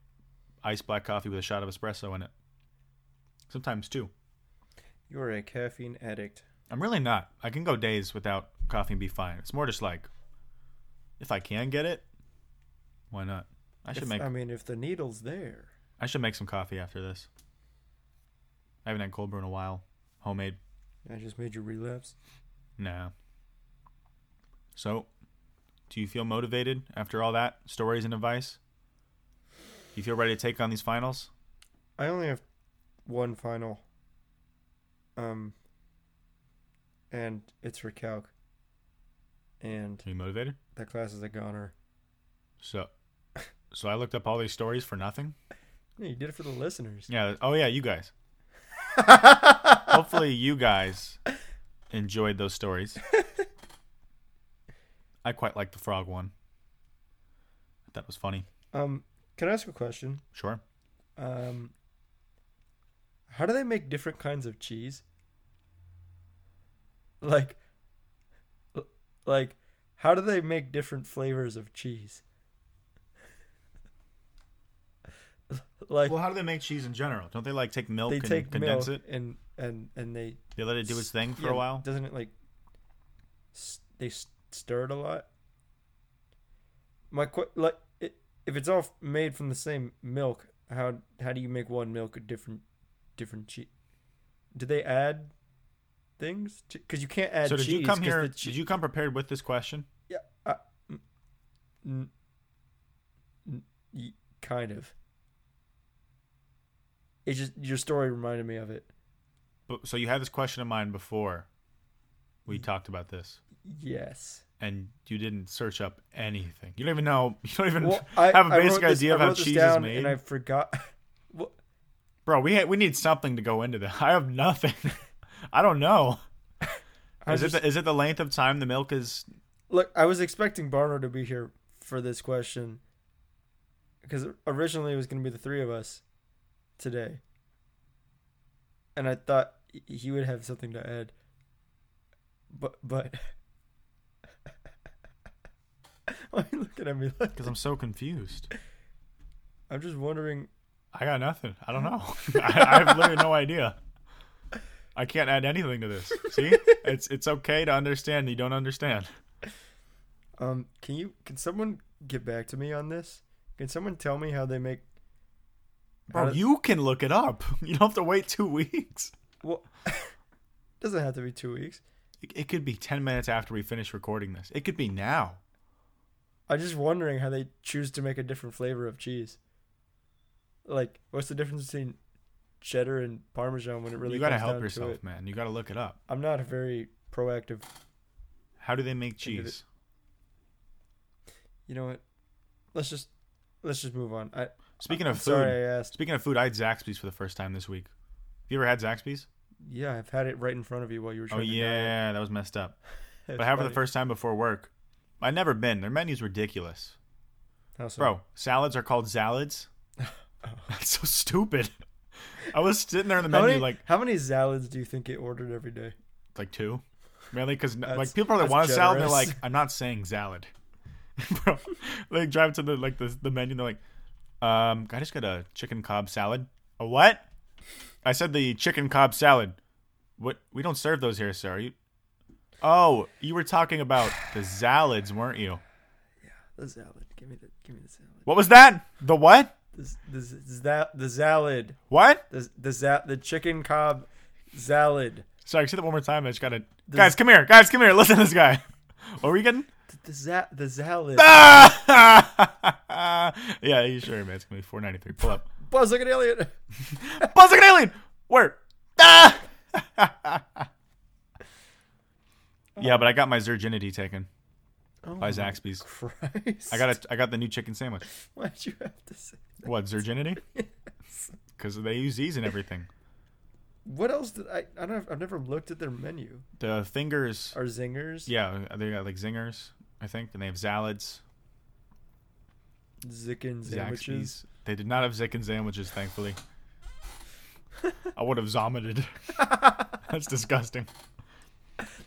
Speaker 4: iced black coffee with a shot of espresso in it. Sometimes two.
Speaker 5: You are a caffeine addict.
Speaker 4: I'm really not. I can go days without coffee and be fine. It's more just like, if I can get it, why not? I should
Speaker 5: If-
Speaker 4: make
Speaker 5: I mean, if the needle's there,
Speaker 4: I should make some coffee after this. I haven't had cold brew in a while. Homemade,
Speaker 5: I just made you relapse.
Speaker 4: nah. So, do you feel motivated after all that stories and advice? You feel ready to take on these finals?
Speaker 5: I only have one final. Um. And it's for calc. And
Speaker 4: Are you motivated?
Speaker 5: that class is a goner.
Speaker 4: So, so I looked up all these stories for nothing.
Speaker 5: Yeah, you did it for the listeners.
Speaker 4: Yeah. Oh yeah, you guys. Hopefully, you guys enjoyed those stories. I quite like the frog one. That was funny.
Speaker 5: Um, can I ask a question?
Speaker 4: Sure.
Speaker 5: Um, how do they make different kinds of cheese? Like, l- like, how do they make different flavors of cheese? like
Speaker 4: Well, how do they make cheese in general? Don't they like take milk
Speaker 5: they
Speaker 4: and
Speaker 5: take
Speaker 4: condense
Speaker 5: milk
Speaker 4: it?
Speaker 5: and and and they
Speaker 4: They let it do its thing for
Speaker 5: yeah,
Speaker 4: a while.
Speaker 5: Doesn't it like s- they s- stir it a lot? My qu- like i if it's all f- made from the same milk, how how do you make one milk a different different cheese? Do they add things? Because you can't add.
Speaker 4: So did
Speaker 5: cheese
Speaker 4: you come
Speaker 5: 'cause
Speaker 4: here?
Speaker 5: the che-
Speaker 4: Did you come prepared with this question?
Speaker 5: Yeah. I- mm, mm, mm, y- kind of. It just your story reminded me of it.
Speaker 4: But, so you had this question in mind before
Speaker 5: Mm-hmm.
Speaker 4: we talked about this,
Speaker 5: Yes.
Speaker 4: and you didn't search up anything. You don't even know. You don't even
Speaker 5: well, I
Speaker 4: have a
Speaker 5: I wrote
Speaker 4: basic
Speaker 5: this-
Speaker 4: idea of
Speaker 5: I
Speaker 4: how
Speaker 5: wrote this
Speaker 4: cheese is
Speaker 5: down
Speaker 4: made.
Speaker 5: And I forgot. Well,
Speaker 4: Bro, we ha- we need something to go into that. I have nothing. I don't know.
Speaker 5: I
Speaker 4: is
Speaker 5: just,
Speaker 4: it the, is it the length of time the milk is?
Speaker 5: look, I was expecting Barno to be here for this question because originally it was going to be the three of us today, and I thought he- he would have something to add. But but. Why are you looking at me like
Speaker 4: Because I'm so confused.
Speaker 5: I'm just wondering?
Speaker 4: I got nothing. I don't know. I, I have literally no idea. I can't add anything to this. See, it's it's okay to understand. You don't understand.
Speaker 5: Um, can you can someone get back to me on this? Can someone tell me how they make?
Speaker 4: Bro,
Speaker 5: how do-
Speaker 4: you can look it up. You don't have to wait two weeks.
Speaker 5: Well, doesn't have to be two weeks.
Speaker 4: It, it could be ten minutes after we finish recording this. It could be now.
Speaker 5: I'm just wondering how they choose to make a different flavor of cheese. Like, what's the difference between cheddar and parmesan when it really
Speaker 4: you gotta
Speaker 5: comes
Speaker 4: help
Speaker 5: down To
Speaker 4: yourself,
Speaker 5: it?
Speaker 4: man. You gotta look it up.
Speaker 5: I'm not a very proactive.
Speaker 4: How do they make
Speaker 5: Think of it.
Speaker 4: cheese?
Speaker 5: You know what? Let's just let's just move on. I
Speaker 4: Speaking of
Speaker 5: I'm
Speaker 4: food,
Speaker 5: sorry I asked.
Speaker 4: Speaking of food, I had Zaxby's for the first time this week. Have you ever had Zaxby's?
Speaker 5: Yeah, I've had it right in front of you while you were
Speaker 4: Oh
Speaker 5: trying. to dial.
Speaker 4: yeah, that was messed up.
Speaker 5: That's
Speaker 4: but I had for the
Speaker 5: funny.
Speaker 4: first time before work. I'd never been. Their menu's ridiculous,
Speaker 5: How so?
Speaker 4: bro. Salads are called salads. That's so stupid. I was sitting there in the
Speaker 5: How
Speaker 4: menu
Speaker 5: many,
Speaker 4: like
Speaker 5: how many salads do you think it ordered every day?
Speaker 4: like two, mainly because
Speaker 5: That's-
Speaker 4: like people probably
Speaker 5: that's
Speaker 4: want a salad. and They're
Speaker 5: generous.
Speaker 4: like, I'm not saying salad, bro. They drive to the like the the menu. and They're like, um, I just got a chicken cob salad. A what? I said the chicken cob salad. What? We don't serve those here, sir. Are you? Oh, you were talking about the Zalids, weren't you?
Speaker 5: The salad. Give me the. Give me the salad.
Speaker 4: What was that? The what?
Speaker 5: The the, the, the salad.
Speaker 4: What?
Speaker 5: The the za- the chicken cob salad.
Speaker 4: Sorry, say that one more time. I just gotta. Guys, come here. Guys, come here. Listen to this guy. What were you getting?
Speaker 5: The za- the salad.
Speaker 4: Ah! yeah, you sure, man? It's gonna be 493. Pull up.
Speaker 5: Buzz like an alien.
Speaker 4: Buzz like an alien. Where? Ah! yeah, but I got my virginity taken by Zaxby's.
Speaker 5: Oh Christ.
Speaker 4: I got a, I got the new chicken sandwich.
Speaker 5: Why'd you have to say?
Speaker 4: What virginity? Because they use these and everything.
Speaker 5: What else did I? I don't. Have, I've never looked at their menu.
Speaker 4: The fingers.
Speaker 5: Are zingers?
Speaker 4: Yeah, they got like zingers, I think, and they have salads,
Speaker 5: Zicken sandwiches.
Speaker 4: Zaxby's. They did not have Zicken sandwiches, thankfully. I would have vomited. That's disgusting.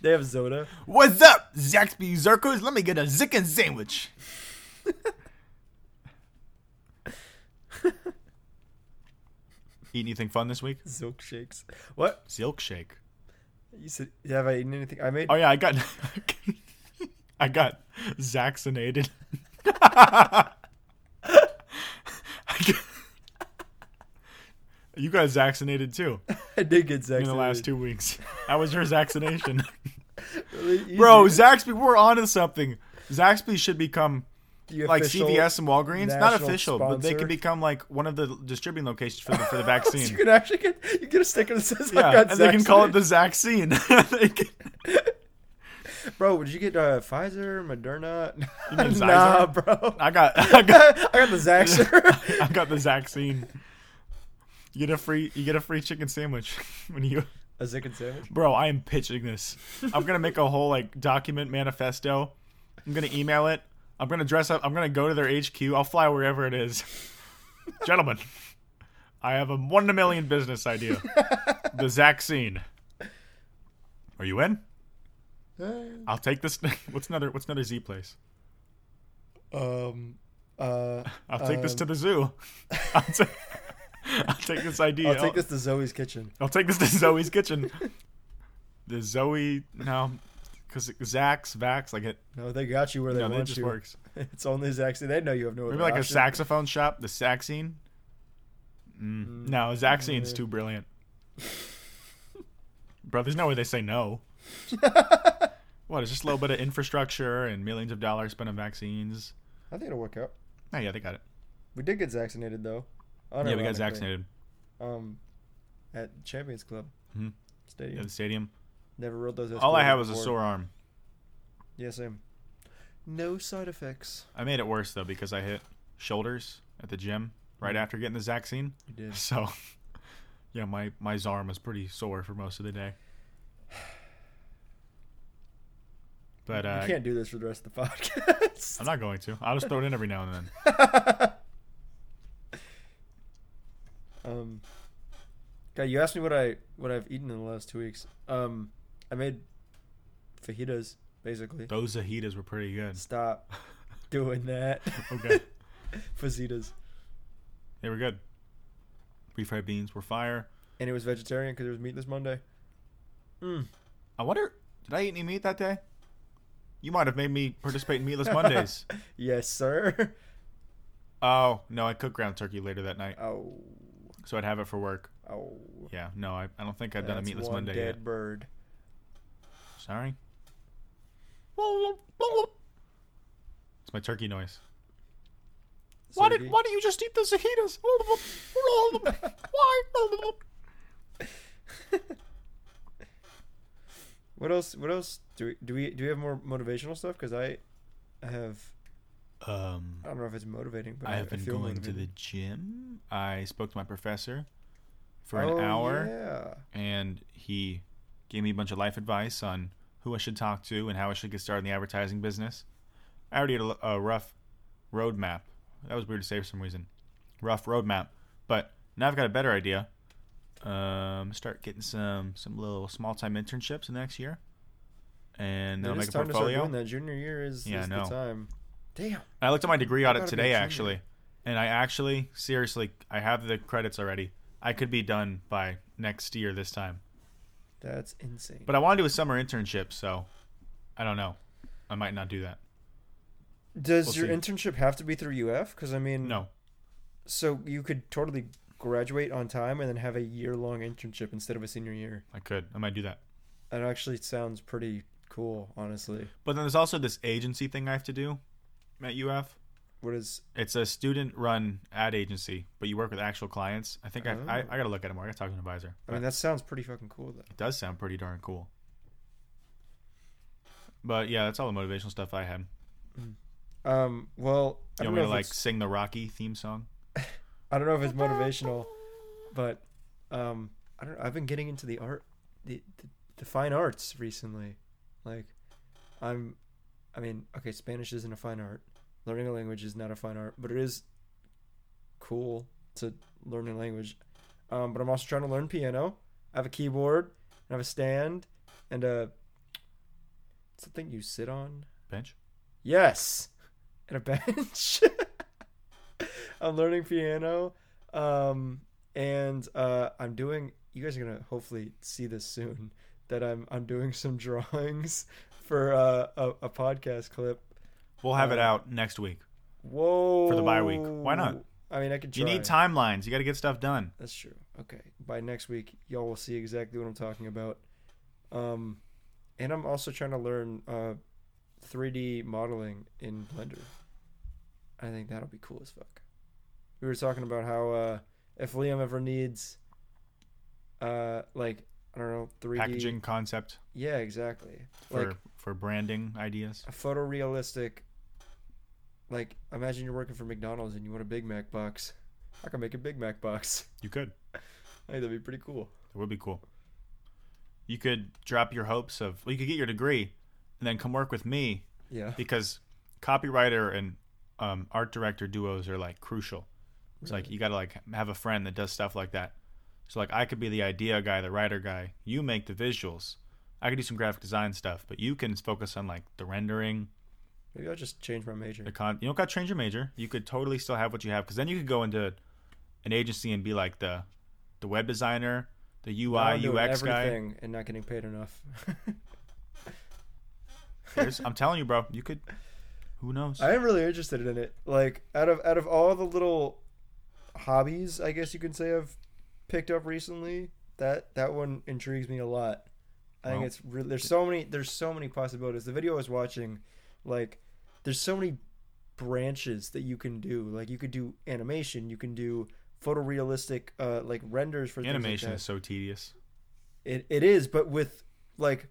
Speaker 5: They have Zoda.
Speaker 4: What's up, Zaxby Zerkos? Let me get a Zicken sandwich. Eat anything fun this week?
Speaker 5: Zilk shakes. What?
Speaker 4: Silk shake.
Speaker 5: You said? Have I eaten anything? I made.
Speaker 4: Oh yeah, I got, I got vaccinated. you got vaccinated too
Speaker 5: I did get Zaxby.
Speaker 4: in the last two weeks. That was your vaccination, bro.
Speaker 5: Bro,
Speaker 4: Zaxby, we're onto something. Zaxby should become like CVS and Walgreens, not
Speaker 5: national
Speaker 4: official, but they
Speaker 5: sponsor.
Speaker 4: could become like one of the distributing locations for the for the
Speaker 5: You
Speaker 4: vaccine.
Speaker 5: can actually get you get a sticker that says I
Speaker 4: yeah,
Speaker 5: got
Speaker 4: and they can call it the
Speaker 5: vaccinated.
Speaker 4: vaccine. They can-
Speaker 5: Bro, would you get uh, Pfizer, Moderna? You
Speaker 4: mean Zyzer?
Speaker 5: nah, bro.
Speaker 4: I got, I got,
Speaker 5: I got the Zaxer.
Speaker 4: I got the Zaxine. You get a free you get a free chicken sandwich when you
Speaker 5: a Zicken sandwich.
Speaker 4: Bro, I am pitching this. I'm gonna make a whole like document manifesto. I'm gonna email it. I'm gonna dress up I'm gonna go to their HQ. I'll fly wherever it is. Gentlemen, I have a one in a million business idea. the Zaxine. Are you in? I'll take this what's another what's another Z place?
Speaker 5: Um, uh,
Speaker 4: I'll take this to the zoo. I'll, ta- I'll take this idea.
Speaker 5: I'll take this to Zoe's kitchen.
Speaker 4: I'll take this to Zoe's kitchen. The Zoe, no, because Zax, Vax, like it,
Speaker 5: No, they got you where they
Speaker 4: no, that
Speaker 5: want
Speaker 4: just
Speaker 5: you.
Speaker 4: works.
Speaker 5: It's only Zaxby. They know you have no other
Speaker 4: Maybe like a
Speaker 5: option.
Speaker 4: saxophone shop, the Saxine. Mm. No, Zaxine's
Speaker 5: yeah.
Speaker 4: too brilliant. Bro, there's no way they say no. what? It's just a little bit of infrastructure and millions of dollars spent on vaccines.
Speaker 5: I think it'll work out.
Speaker 4: Oh yeah, they got it.
Speaker 5: We did get vaccinated though.
Speaker 4: Yeah, we got
Speaker 5: Unironically.
Speaker 4: vaccinated
Speaker 5: Um, at Champions Club
Speaker 4: Mhm.
Speaker 5: Stadium.
Speaker 4: at the stadium.
Speaker 5: Never ruled those.
Speaker 4: All I
Speaker 5: escalators
Speaker 4: had was a
Speaker 5: before.
Speaker 4: sore arm.
Speaker 5: Yeah, same. No side effects.
Speaker 4: I made it worse though because I hit shoulders at the gym right after getting the Zaxine.
Speaker 5: You did.
Speaker 4: So, yeah, my my arm was pretty sore for most of the day. But uh,
Speaker 5: you can't do this for the rest of the podcast.
Speaker 4: I'm not going to. I'll just throw it in every now and then.
Speaker 5: um, guy, you asked me what I what I've eaten in the last two weeks. Um, I made fajitas basically.
Speaker 4: Those fajitas were pretty good.
Speaker 5: Stop doing that.
Speaker 4: Okay,
Speaker 5: fajitas,
Speaker 4: they were good. Refried beans were fire.
Speaker 5: and it was vegetarian because there was meat this Monday. Mm.
Speaker 4: I wonder, did I eat any meat that day? You might have made me participate in meatless Mondays.
Speaker 5: Yes, sir.
Speaker 4: oh no, I cooked ground turkey later that night,
Speaker 5: Oh,
Speaker 4: so I'd have it for work.
Speaker 5: oh.
Speaker 4: Yeah, no, I, I don't think I've done a
Speaker 5: That's
Speaker 4: meatless
Speaker 5: one
Speaker 4: Monday
Speaker 5: dead
Speaker 4: yet.
Speaker 5: bird.
Speaker 4: Sorry. It's my turkey noise.
Speaker 5: Why did- why
Speaker 4: did you just eat the fajitas? Why?
Speaker 5: What else? What else do we do? We do we have more motivational stuff? Because I, I have.
Speaker 4: Um,
Speaker 5: I don't know if it's motivating, but
Speaker 4: I
Speaker 5: I,
Speaker 4: have been
Speaker 5: feel
Speaker 4: going to the
Speaker 5: motivated.
Speaker 4: gym. I spoke to my professor for an
Speaker 5: Oh,
Speaker 4: hour,
Speaker 5: Yeah.
Speaker 4: and he gave me a bunch of life advice on who I should talk to and how I should get started in the advertising business. I already had a, l- a rough roadmap. That was weird to say for some reason. Rough roadmap, but now I've got a better idea. Um, start getting some some little small time internships in the next year, and
Speaker 5: It
Speaker 4: then I'll
Speaker 5: is
Speaker 4: make a
Speaker 5: time to start
Speaker 4: portfolio.
Speaker 5: doing that. Junior year is,
Speaker 4: Yeah, I
Speaker 5: is the
Speaker 4: know.
Speaker 5: time. Damn.
Speaker 4: I looked at my degree audit
Speaker 5: gotta be a
Speaker 4: today
Speaker 5: junior.
Speaker 4: actually, and I actually seriously I have the credits already. I could be done by next year this time.
Speaker 5: That's insane.
Speaker 4: But I want to do a summer internship, so I don't know. I might not do that.
Speaker 5: Does
Speaker 4: We'll
Speaker 5: your
Speaker 4: see.
Speaker 5: internship have to be through UF? Because I mean,
Speaker 4: No.
Speaker 5: So you could totally graduate on time and then have a year long internship instead of a senior year.
Speaker 4: I could. I might do that.
Speaker 5: That actually sounds pretty cool, honestly.
Speaker 4: But then there's also this agency thing I have to do at UF.
Speaker 5: What is?
Speaker 4: It's a student run ad agency, but you work with actual clients. I think I, I, I got to look at it more. I got to talk to an advisor.
Speaker 5: I mean, that sounds pretty fucking cool, though.
Speaker 4: It does sound pretty darn cool. But yeah, that's all the motivational stuff I had.
Speaker 5: Um, well, I
Speaker 4: You want me
Speaker 5: don't know
Speaker 4: to
Speaker 5: if
Speaker 4: like
Speaker 5: it's,
Speaker 4: sing the Rocky theme song?
Speaker 5: I don't know if it's motivational, but um, I don't. I've been getting into the art, the the, the fine arts recently. Like, I'm, I mean, okay, Spanish isn't a fine art. Learning a language is not a fine art, but it is cool to learn a language. Um, but I'm also trying to learn piano. I have a keyboard, and I have a stand, and a. It's the thing you sit on.
Speaker 4: Bench?
Speaker 5: Yes. And a bench. I'm learning piano. Um, and uh, I'm doing you guys are gonna hopefully see this soon that I'm I'm doing some drawings for uh, a, a podcast clip.
Speaker 4: We'll have it
Speaker 5: Uh,
Speaker 4: out next week.
Speaker 5: Whoa
Speaker 4: the bye week. Why not?
Speaker 5: I mean I could try.
Speaker 4: You need timelines. You got to get stuff done.
Speaker 5: That's true. Okay. By next week y'all will see exactly what I'm talking about. Um and I'm also trying to learn uh 3D modeling in Blender. I think that'll be cool as fuck. We were talking about how uh, if Liam ever needs, uh, like I don't know, three D
Speaker 4: Packaging concept
Speaker 5: Yeah, exactly.
Speaker 4: for
Speaker 5: like
Speaker 4: for branding ideas.
Speaker 5: a photorealistic. Like imagine you're working for McDonald's and you want a Big Mac box. I can make a Big Mac box.
Speaker 4: You could.
Speaker 5: I think that'd be pretty cool.
Speaker 4: It would be cool. You could drop your hopes of well, you could get your degree and then come work with me
Speaker 5: Yeah.
Speaker 4: because copywriter and um, art director duos are like crucial. It's like you got to like have a friend that does stuff like that. So like I could be the idea guy, the writer guy. You make the visuals. I could do some graphic design stuff, but you can focus on like the rendering,
Speaker 5: Maybe I'll just change my major.
Speaker 4: the con. You don't got to change your major. You could totally still have what you have because then you could go into an agency and be like the the web designer, the
Speaker 5: Now I'm
Speaker 4: UI
Speaker 5: doing
Speaker 4: UX guy.
Speaker 5: everything and not getting paid enough.
Speaker 4: There's- I'm telling you, bro. You could. Who knows?
Speaker 5: I am really interested in it. Like out of out of all the little hobbies, I guess you can say I've picked up recently, that that one intrigues me a lot. I think
Speaker 4: Well-
Speaker 5: it's really there's so many there's so many possibilities. The video I was watching, like there's so many branches that you can do. Like you could do animation, you can do photorealistic uh like renders for things like
Speaker 4: Animation
Speaker 5: that.
Speaker 4: is so tedious.
Speaker 5: It it is, but with like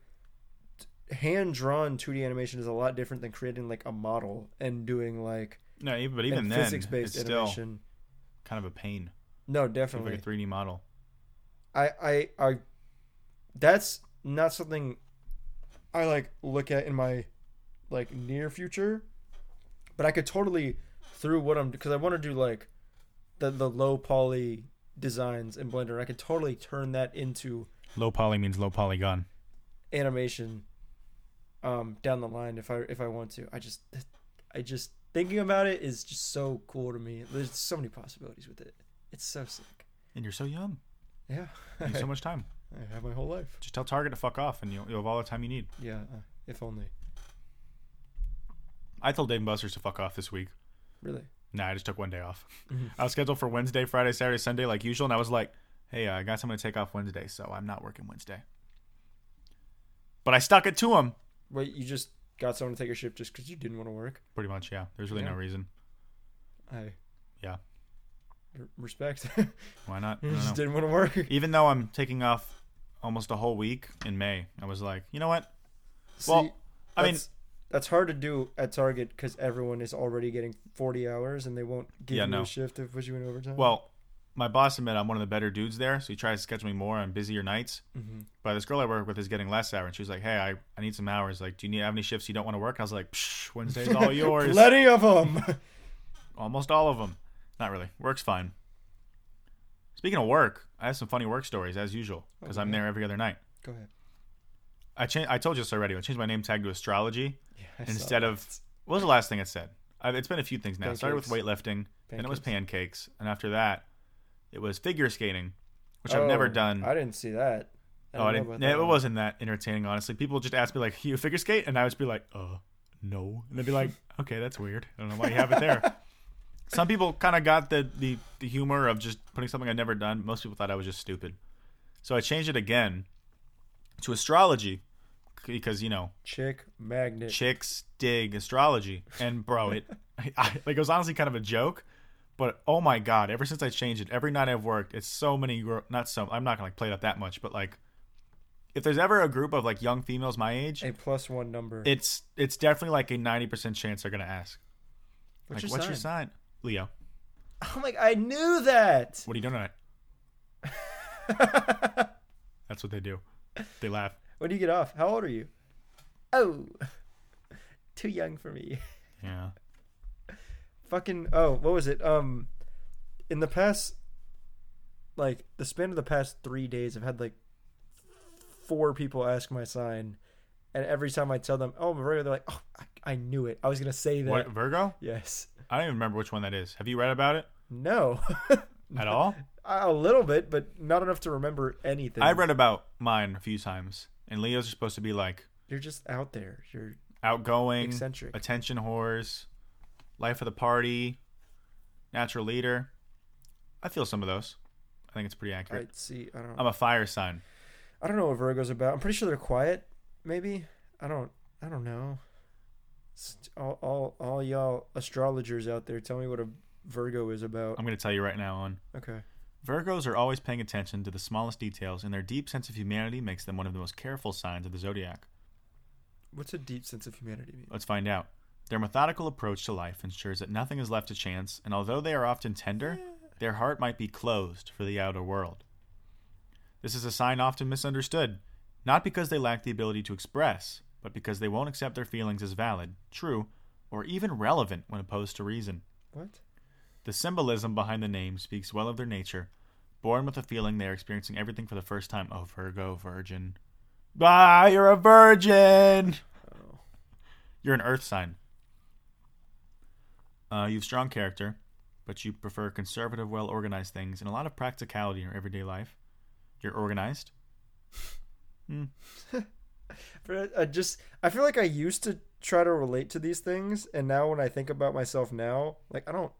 Speaker 5: hand drawn 2D animation is a lot different than creating like a model and doing like
Speaker 4: No, even but even then,
Speaker 5: physics
Speaker 4: it's
Speaker 5: based
Speaker 4: still
Speaker 5: animation.
Speaker 4: kind of a pain.
Speaker 5: No,
Speaker 4: It's
Speaker 5: definitely.
Speaker 4: like a 3D model.
Speaker 5: I I I that's not something I like look at in my like near future, but I could totally through what I'm because I want to do like the the low poly designs in Blender. I could totally turn that into
Speaker 4: Low poly means low polygon.
Speaker 5: animation um down the line if I if I want to. I just I just thinking about it is just so cool to me. There's so many possibilities with it. It's so sick.
Speaker 4: And you're so young.
Speaker 5: Yeah.
Speaker 4: You have so much time.
Speaker 5: I have my whole life.
Speaker 4: Just tell Target to fuck off, and you'll, you'll have all the time you need.
Speaker 5: Yeah, uh, if only.
Speaker 4: I told Dave and Buster's to fuck off this week.
Speaker 5: Really.
Speaker 4: Nah, I just took one day off.
Speaker 5: Mm-hmm.
Speaker 4: I was scheduled for Wednesday, Friday, Saturday, Sunday like usual, and I was like, "Hey, uh, I got someone to take off Wednesday, so I'm not working Wednesday." But I stuck it to him.
Speaker 5: Wait, you just got someone to take your ship just because you didn't want to work?
Speaker 4: Pretty much, yeah. There's really
Speaker 5: Yeah.
Speaker 4: no reason.
Speaker 5: I.
Speaker 4: Yeah.
Speaker 5: R- respect.
Speaker 4: Why not? I
Speaker 5: you
Speaker 4: don't know.
Speaker 5: just didn't want to work.
Speaker 4: even though I'm taking off almost a whole week in May, I was like, you know what?
Speaker 5: See,
Speaker 4: Well, I mean,
Speaker 5: that's- that's hard to do at Target because everyone is already getting 40 hours and they won't give
Speaker 4: Yeah,
Speaker 5: you
Speaker 4: no.
Speaker 5: a shift to put you in overtime.
Speaker 4: well, my boss admitted I'm one of the better dudes there, so he tries to schedule me more on busier nights.
Speaker 5: Mm-hmm.
Speaker 4: But this girl I work with is getting less hours, and she was like, hey, I, I need some hours. Like, do you need have any shifts you don't want to work? And I was like, Psh, Wednesday's all yours.
Speaker 5: plenty of them.
Speaker 4: almost all of them. Not really. Works fine. Speaking of work, I have some funny work stories as usual because I'm there every other night.
Speaker 5: Go ahead.
Speaker 4: I cha- I told you this already. but I changed my name tag to astrology.
Speaker 5: I saw
Speaker 4: instead of what was the last thing it said? I, it's been a few things now. It started with
Speaker 5: Pancakes.
Speaker 4: weightlifting, then it was pancakes, and after that, it was figure skating, which I've
Speaker 5: Oh,
Speaker 4: never done.
Speaker 5: I didn't see that. I
Speaker 4: oh, I
Speaker 5: don't know
Speaker 4: didn't.
Speaker 5: about
Speaker 4: Yeah,
Speaker 5: that
Speaker 4: it
Speaker 5: one.
Speaker 4: wasn't that entertaining, honestly. People just ask me like, "You figure skate?" and I would just be like, "Uh, no." And they'd be like, "Okay, that's weird. I don't know why you have it there." Some people kind of got the, the the humor of just putting something I'd never done. Most people thought I was just stupid, so I changed it again to astrology because you know
Speaker 5: Chick magnet.
Speaker 4: chicks dig astrology, and bro, it I, I, like it was honestly kind of a joke. But oh my god! Ever since I changed it, every night I've worked, it's so many. gr- Not so. I'm not gonna like play it up that much, but like, if there's ever a group of like young females my age,
Speaker 5: a plus one number.
Speaker 4: it's it's definitely like a ninety percent chance they're gonna ask.
Speaker 5: What's
Speaker 4: like,
Speaker 5: your
Speaker 4: what's
Speaker 5: sign?
Speaker 4: your sign, Leo?
Speaker 5: I'm like, I knew that.
Speaker 4: What are you doing tonight? That's what they do. They laugh.
Speaker 5: When do you get off? How old are you? Oh, too young for me.
Speaker 4: Yeah.
Speaker 5: Fucking. Oh, what was it? Um, in the past, like the span of the past three days, I've had like four people ask my sign, and every time I tell them, "Oh, I'm a Virgo," they're like, "Oh, I, I knew it. I was gonna say that."
Speaker 4: What Virgo?
Speaker 5: Yes.
Speaker 4: I don't even remember which one that is. Have you read about it
Speaker 5: No.
Speaker 4: at all?
Speaker 5: a little bit, but not enough to remember anything.
Speaker 4: I read about mine a few times, and Leos are supposed to be like
Speaker 5: You're just out there. You're
Speaker 4: outgoing,
Speaker 5: Eccentric.
Speaker 4: attention whores, life of the party, natural leader. I feel some of those. I think it's pretty
Speaker 5: I
Speaker 4: accurate.
Speaker 5: see. I don't.
Speaker 4: I'm a fire sign.
Speaker 5: I don't know what Virgo's about. I'm pretty sure they're quiet. Maybe I don't. I don't know. St- All, all, all y'all astrologers out there, tell me what a Virgo is about.
Speaker 4: I'm going to tell you right now on
Speaker 5: Okay.
Speaker 4: Virgos are always paying attention to the smallest details, and their deep sense of humanity makes them one of the most careful signs of the zodiac.
Speaker 5: What's a deep sense of humanity mean?
Speaker 4: Let's find out. Their methodical approach to life ensures that nothing is left to chance, and although they are often tender, their heart might be closed for the outer world. This is a sign often misunderstood, not because they lack the ability to express, but because they won't accept their feelings as valid, true, or even relevant when opposed to reason.
Speaker 5: What?
Speaker 4: The symbolism behind the name speaks well of their nature. Born with a feeling they are experiencing everything for the first time. Oh, Virgo, virgin. Ah, you're a virgin! You're an earth sign. Uh, you've strong character, but you prefer conservative, well organized things and a lot of practicality in your everyday life. You're organized.
Speaker 5: But I, I just I feel like I used to try to relate to these things, and now when I think about myself now, like I don't,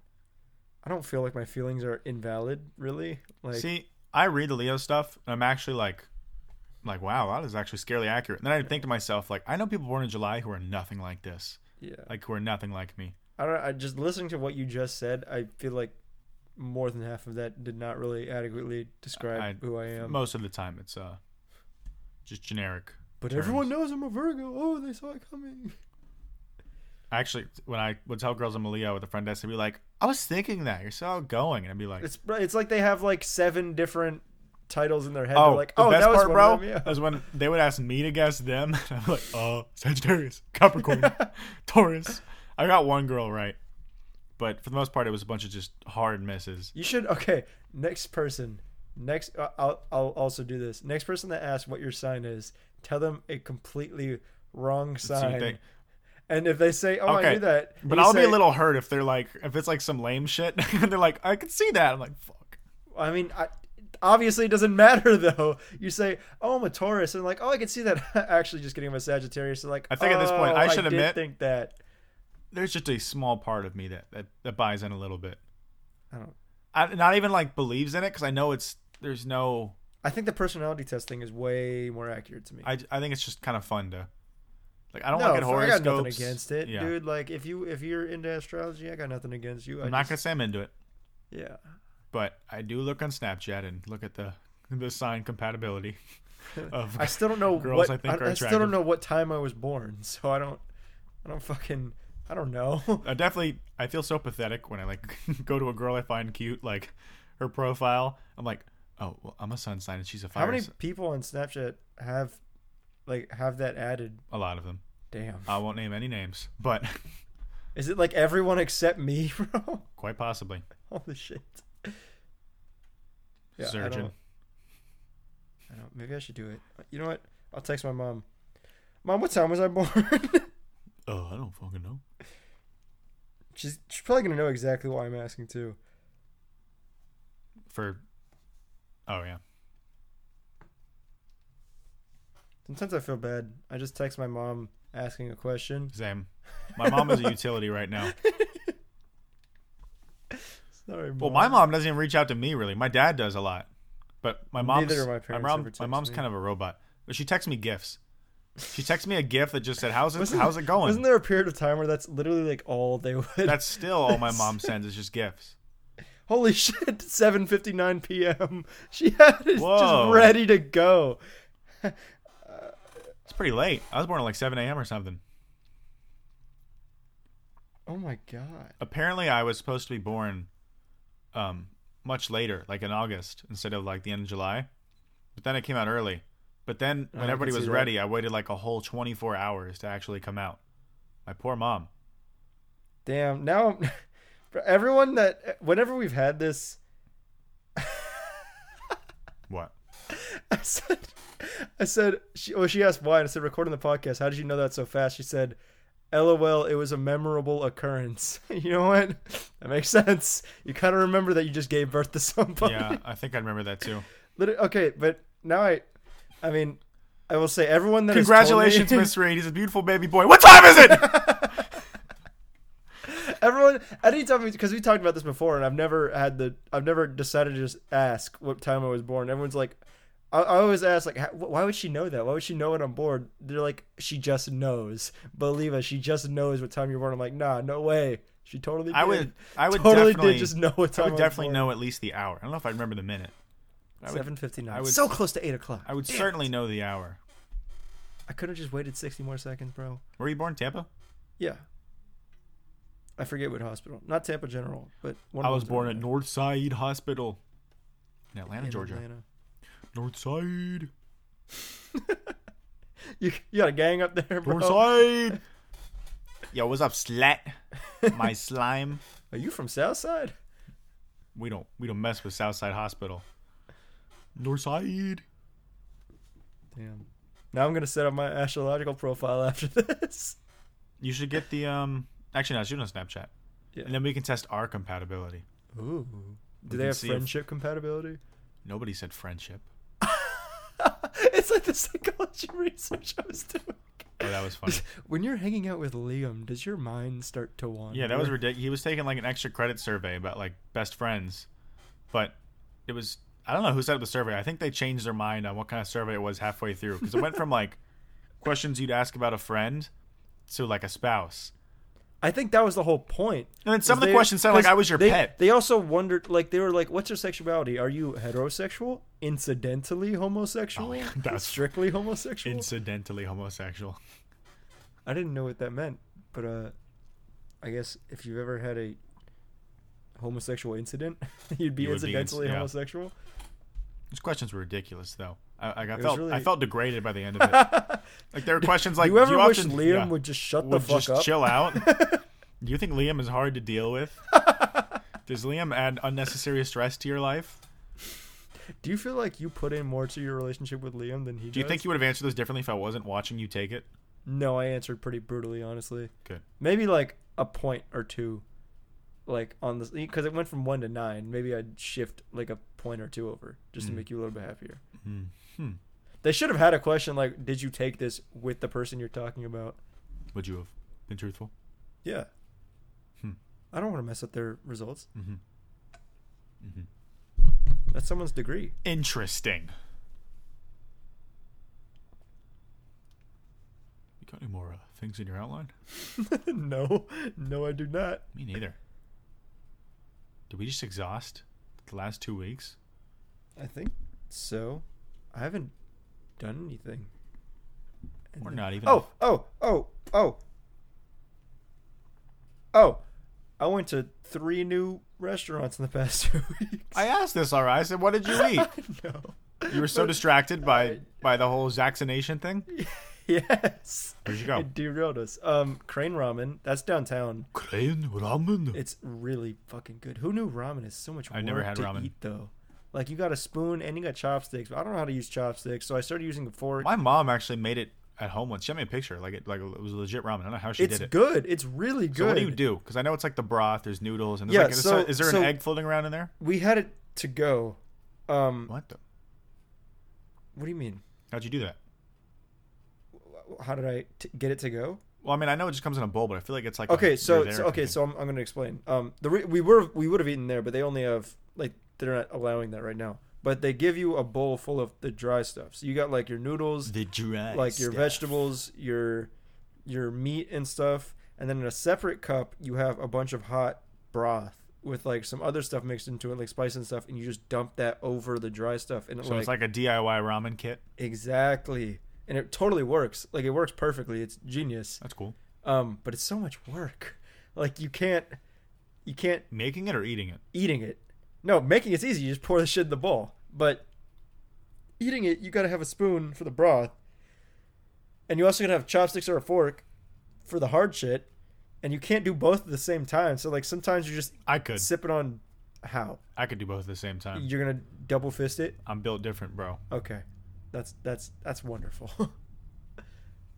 Speaker 5: I don't feel like my feelings are invalid. Really, like
Speaker 4: See, I read the Leo stuff, and I'm actually like, like, wow, that is actually scarily accurate. And then I think to myself, like, I know people born in July who are nothing like this,
Speaker 5: yeah.
Speaker 4: like who are nothing like me.
Speaker 5: I don't. I just listening to what you just said. I feel like more than half of that did not really adequately describe
Speaker 4: I-
Speaker 5: who I am.
Speaker 4: most of the time it's uh just generic
Speaker 5: but
Speaker 4: terms.
Speaker 5: everyone knows I'm a Virgo. Oh, they saw it coming.
Speaker 4: actually when i would tell girls i'm a leo with a friend desk they'd be like i was thinking that you're so outgoing and i'd be like
Speaker 5: It's it's like they have like seven different titles in their head.
Speaker 4: oh
Speaker 5: They're like,
Speaker 4: the
Speaker 5: oh,
Speaker 4: best
Speaker 5: that was
Speaker 4: part bro
Speaker 5: one of them, yeah.
Speaker 4: is when they would ask me to guess them and i'm like oh sagittarius capricorn taurus i got one girl right but for the most part it was a bunch of just hard misses
Speaker 5: You should okay. Next person. Next, I- I'll I'll also do this. Next person that asks what your sign is, tell them a completely wrong
Speaker 4: So you
Speaker 5: sign.
Speaker 4: think-
Speaker 5: and if they say, "Oh, I
Speaker 4: Okay,
Speaker 5: knew that,"
Speaker 4: but
Speaker 5: you
Speaker 4: i'll be a
Speaker 5: say-
Speaker 4: little hurt if they're like if it's like some lame shit and they're like i can see that i'm like fuck
Speaker 5: I mean, I, obviously it doesn't matter though. You say, "Oh, I'm a Taurus," and like, "Oh, I can see that." Actually, just kidding, I'm a Sagittarius. So like,
Speaker 4: I think at this point,
Speaker 5: "Oh,
Speaker 4: I should
Speaker 5: did
Speaker 4: admit-
Speaker 5: think that
Speaker 4: there's just a small part of me that that, that buys in a little bit
Speaker 5: I don't.
Speaker 4: I, not even like believes in it because I know it's there's no.
Speaker 5: I think the personality test thing is way more accurate to me.
Speaker 4: I, I think it's just kind of fun to like. I don't
Speaker 5: no,
Speaker 4: look at
Speaker 5: I
Speaker 4: horoscopes.
Speaker 5: got nothing against it,
Speaker 4: Yeah.
Speaker 5: dude. Like, if you if you're into astrology, I got nothing against you. I
Speaker 4: I'm not gonna
Speaker 5: just,
Speaker 4: say I'm into it,
Speaker 5: Yeah.
Speaker 4: but I do look on Snapchat and look at the the sign compatibility of
Speaker 5: I still don't know
Speaker 4: Girls
Speaker 5: what.
Speaker 4: I think are
Speaker 5: I still
Speaker 4: attractive.
Speaker 5: don't know what time I was born, so I don't. I don't fucking. I don't know.
Speaker 4: I definitely I feel so pathetic when I like go to a girl I find cute like her profile. I'm like, oh, well, I'm a sun sign and she's a fire.
Speaker 5: How many
Speaker 4: sign."
Speaker 5: people on Snapchat have, like, have that added?
Speaker 4: A lot of them.
Speaker 5: Damn.
Speaker 4: I won't name any names, but
Speaker 5: Is it like everyone except me, bro?
Speaker 4: quite possibly.
Speaker 5: Holy shit. Yeah, I
Speaker 4: Surgeon.
Speaker 5: don't- I don't, maybe I should do it. You know what? I'll text my mom. Mom, what time was I born?
Speaker 4: Oh, I don't fucking know.
Speaker 5: she's, she's probably going to know exactly why I'm asking, too.
Speaker 4: for oh yeah
Speaker 5: Sometimes I feel bad. I just text my mom asking a question.
Speaker 4: Same. My mom is a utility right now.
Speaker 5: Sorry, mom.
Speaker 4: Well, my mom doesn't even reach out to me really. My dad does a lot, but my mom's
Speaker 5: Neither do my
Speaker 4: my,
Speaker 5: parents
Speaker 4: mom-
Speaker 5: ever
Speaker 4: my
Speaker 5: text
Speaker 4: mom's
Speaker 5: me.
Speaker 4: kind of a robot. But she texts me gifs. She texts me a gif that just said, "How's it? how's it going?"
Speaker 5: Wasn't there a period of time where that's literally like all they would?
Speaker 4: That's still all my mom sends is just gifs.
Speaker 5: Holy shit! 7:59 p.m. She had it
Speaker 4: Whoa.
Speaker 5: just ready to go.
Speaker 4: It's pretty late. I was born at like 7 a.m. or something.
Speaker 5: Oh my god.
Speaker 4: Apparently, I was supposed to be born um, much later, like in August, instead of like the end of July. But then it came out early. But then
Speaker 5: Oh, I
Speaker 4: when
Speaker 5: can
Speaker 4: everybody
Speaker 5: see
Speaker 4: was
Speaker 5: that.
Speaker 4: ready, I waited like a whole 24 hours to actually come out. My poor mom.
Speaker 5: Damn. Now, I'm- for everyone that whenever we've had this,
Speaker 4: What?
Speaker 5: I said, I said, she, well, she asked why, and I said, recording the podcast. How did you know that so fast? She said, "LOL, it was a memorable occurrence." you know what? That makes sense. You kind of remember that you just gave birth to somebody.
Speaker 4: Yeah, I think I remember that too.
Speaker 5: Literally- okay, but now I, I mean, I will say everyone that has told me-
Speaker 4: Congratulations, Miss Reed. He's a beautiful baby boy. What time is it?
Speaker 5: Everyone, anytime because we talked about this before, and I've never had the, I've never decided to just ask what time I was born. Everyone's like, I, I always ask like, how, why would she know that? Why would she know when I'm born? They're like, she just knows. Believe us, she just knows what time you're born. I'm like, nah, no way. She totally.
Speaker 4: I
Speaker 5: did.
Speaker 4: would. I would
Speaker 5: totally
Speaker 4: definitely.
Speaker 5: did just know what
Speaker 4: I
Speaker 5: time
Speaker 4: would definitely know at least the hour. I don't know if I remember the minute. I would,
Speaker 5: Seven fifty
Speaker 4: I
Speaker 5: nine.
Speaker 4: would-
Speaker 5: So close to eight o'clock.
Speaker 4: I would
Speaker 5: Damn.
Speaker 4: certainly know the hour.
Speaker 5: I could have just waited sixty more seconds, bro.
Speaker 4: Were you born in Tampa?
Speaker 5: Yeah. I forget what hospital. Not Tampa General, but one
Speaker 4: I
Speaker 5: of
Speaker 4: was
Speaker 5: those
Speaker 4: born
Speaker 5: in
Speaker 4: at Northside Hospital in Atlanta,
Speaker 5: in
Speaker 4: Georgia.
Speaker 5: Atlanta.
Speaker 4: Northside.
Speaker 5: You, you got a gang up there, bro.
Speaker 4: Northside. Yo, what's up, slat? My slime.
Speaker 5: Are you from Southside?
Speaker 4: We don't we don't mess with Southside Hospital. Northside.
Speaker 5: Damn. Now I'm gonna set up my astrological profile after this.
Speaker 4: You should get the um actually no, shoot on Snapchat.
Speaker 5: Yeah.
Speaker 4: And then we can test our compatibility.
Speaker 5: Ooh.
Speaker 4: We
Speaker 5: Do they
Speaker 4: can
Speaker 5: have
Speaker 4: see if-
Speaker 5: friendship compatibility?
Speaker 4: Nobody said friendship.
Speaker 5: it's like the psychology research I was doing.
Speaker 4: Oh, that was funny.
Speaker 5: When you're hanging out with Liam, does your mind start to wander?
Speaker 4: Yeah, that was ridiculous. He was taking like an extra credit survey about like best friends, but it was I don't know who set up the survey. I think they changed their mind on what kind of survey it was halfway through because it went from like questions you'd ask about a friend to like a spouse,
Speaker 5: I think that was the whole point.
Speaker 4: and then some
Speaker 5: Is
Speaker 4: of the
Speaker 5: they-
Speaker 4: questions sounded like
Speaker 5: 'cause
Speaker 4: I was your
Speaker 5: they-
Speaker 4: pet.
Speaker 5: They also wondered, like, they were like, "What's your sexuality? Are you heterosexual? Incidentally homosexual?
Speaker 4: yeah, that's-
Speaker 5: strictly homosexual."
Speaker 4: Incidentally homosexual.
Speaker 5: I didn't know what that meant, but uh, I guess if you've ever had a homosexual incident, you'd be
Speaker 4: You would be inc-
Speaker 5: incidentally
Speaker 4: yeah.
Speaker 5: homosexual.
Speaker 4: These questions were ridiculous though. I, I, I
Speaker 5: was
Speaker 4: felt I
Speaker 5: really-
Speaker 4: felt degraded by the end of it. like there were questions like
Speaker 5: you ever
Speaker 4: do
Speaker 5: wish
Speaker 4: often-
Speaker 5: Liam
Speaker 4: yeah,
Speaker 5: would just shut the
Speaker 4: would
Speaker 5: fuck
Speaker 4: just
Speaker 5: up?
Speaker 4: chill out. Do you think Liam is hard to deal with? Does Liam add unnecessary stress to your life?
Speaker 5: Do you feel like you put in more to your relationship with Liam than he
Speaker 4: Do you think you would have answered this differently if I wasn't watching you take it?
Speaker 5: No, I answered pretty brutally, honestly.
Speaker 4: Good.
Speaker 5: Maybe like a point or two, like on this because it went from one to nine. Maybe I'd shift like a point or two over just to make you a little bit happier.
Speaker 4: Hmm.
Speaker 5: They should have had a question like, "Did you take this with the person you're talking about?"
Speaker 4: Would you have been truthful?
Speaker 5: Yeah.
Speaker 4: Hmm.
Speaker 5: I don't want to mess up their results.
Speaker 4: Mm-hmm.
Speaker 5: That's someone's degree.
Speaker 4: Interesting. You got any more uh, things in your outline?
Speaker 5: no, no, I do not.
Speaker 4: Me neither. Did we just exhaust the last two weeks?
Speaker 5: I think so. I haven't done anything.
Speaker 4: We're not even.
Speaker 5: Oh, oh, oh, oh. Oh, I went to three new restaurants in the past two weeks.
Speaker 4: I asked this, all right. I said, "What did you eat?"
Speaker 5: know.
Speaker 4: you were so distracted by by the whole vaccination thing.
Speaker 5: Yes.
Speaker 4: Where'd you go?
Speaker 5: It derailed us. Um, Crane Ramen. That's downtown.
Speaker 4: Crane ramen.
Speaker 5: It's really fucking good. Who knew ramen is so much work
Speaker 4: I've never had
Speaker 5: to
Speaker 4: ramen.
Speaker 5: eat though? Like you got a spoon and you got chopsticks, but I don't know how to use chopsticks, so I started using a fork.
Speaker 4: My mom actually made it at home once. She sent me a picture, like it, like it was legit ramen. I don't know how she
Speaker 5: it's
Speaker 4: did it.
Speaker 5: good. It's really good.
Speaker 4: So what do you do? Because I know it's like the broth. There's noodles and there's
Speaker 5: Yeah,
Speaker 4: like, is
Speaker 5: so-
Speaker 4: there- is there
Speaker 5: so-
Speaker 4: an egg floating around in there?
Speaker 5: We had it to go. Um,
Speaker 4: What the?
Speaker 5: what do you mean?
Speaker 4: How'd you do that?
Speaker 5: how did I t- get it to go?
Speaker 4: Well, I mean, I know it just comes in a bowl, but I feel like it's like a-
Speaker 5: okay
Speaker 4: you're
Speaker 5: so,
Speaker 4: there
Speaker 5: so
Speaker 4: kind of
Speaker 5: okay
Speaker 4: thing.
Speaker 5: so I'm, I'm gonna explain um the re- we were we would have eaten there but they only have like they're not allowing that right now but they give you a bowl full of the dry stuff so you got like your noodles
Speaker 4: the dry
Speaker 5: like your
Speaker 4: stuff.
Speaker 5: vegetables your your meat and stuff and then in a separate cup you have a bunch of hot broth with like some other stuff mixed into it like spice and stuff and you just dump that over the dry stuff and it,
Speaker 4: So it's like a DIY ramen kit.
Speaker 5: exactly and it totally works like it works perfectly it's genius
Speaker 4: That's cool.
Speaker 5: um but it's so much work like you can't you can't
Speaker 4: Making it or eating it?
Speaker 5: eating it no making it's easy you just pour the shit in the bowl but eating it you gotta have a spoon for the broth and you also gotta have chopsticks or a fork for the hard shit and you can't do both at the same time so like sometimes you're just
Speaker 4: I could.
Speaker 5: sipping on how
Speaker 4: I could do both at the same time.
Speaker 5: you're gonna double fist it
Speaker 4: I'm built different, bro.
Speaker 5: Okay, that's that's that's wonderful.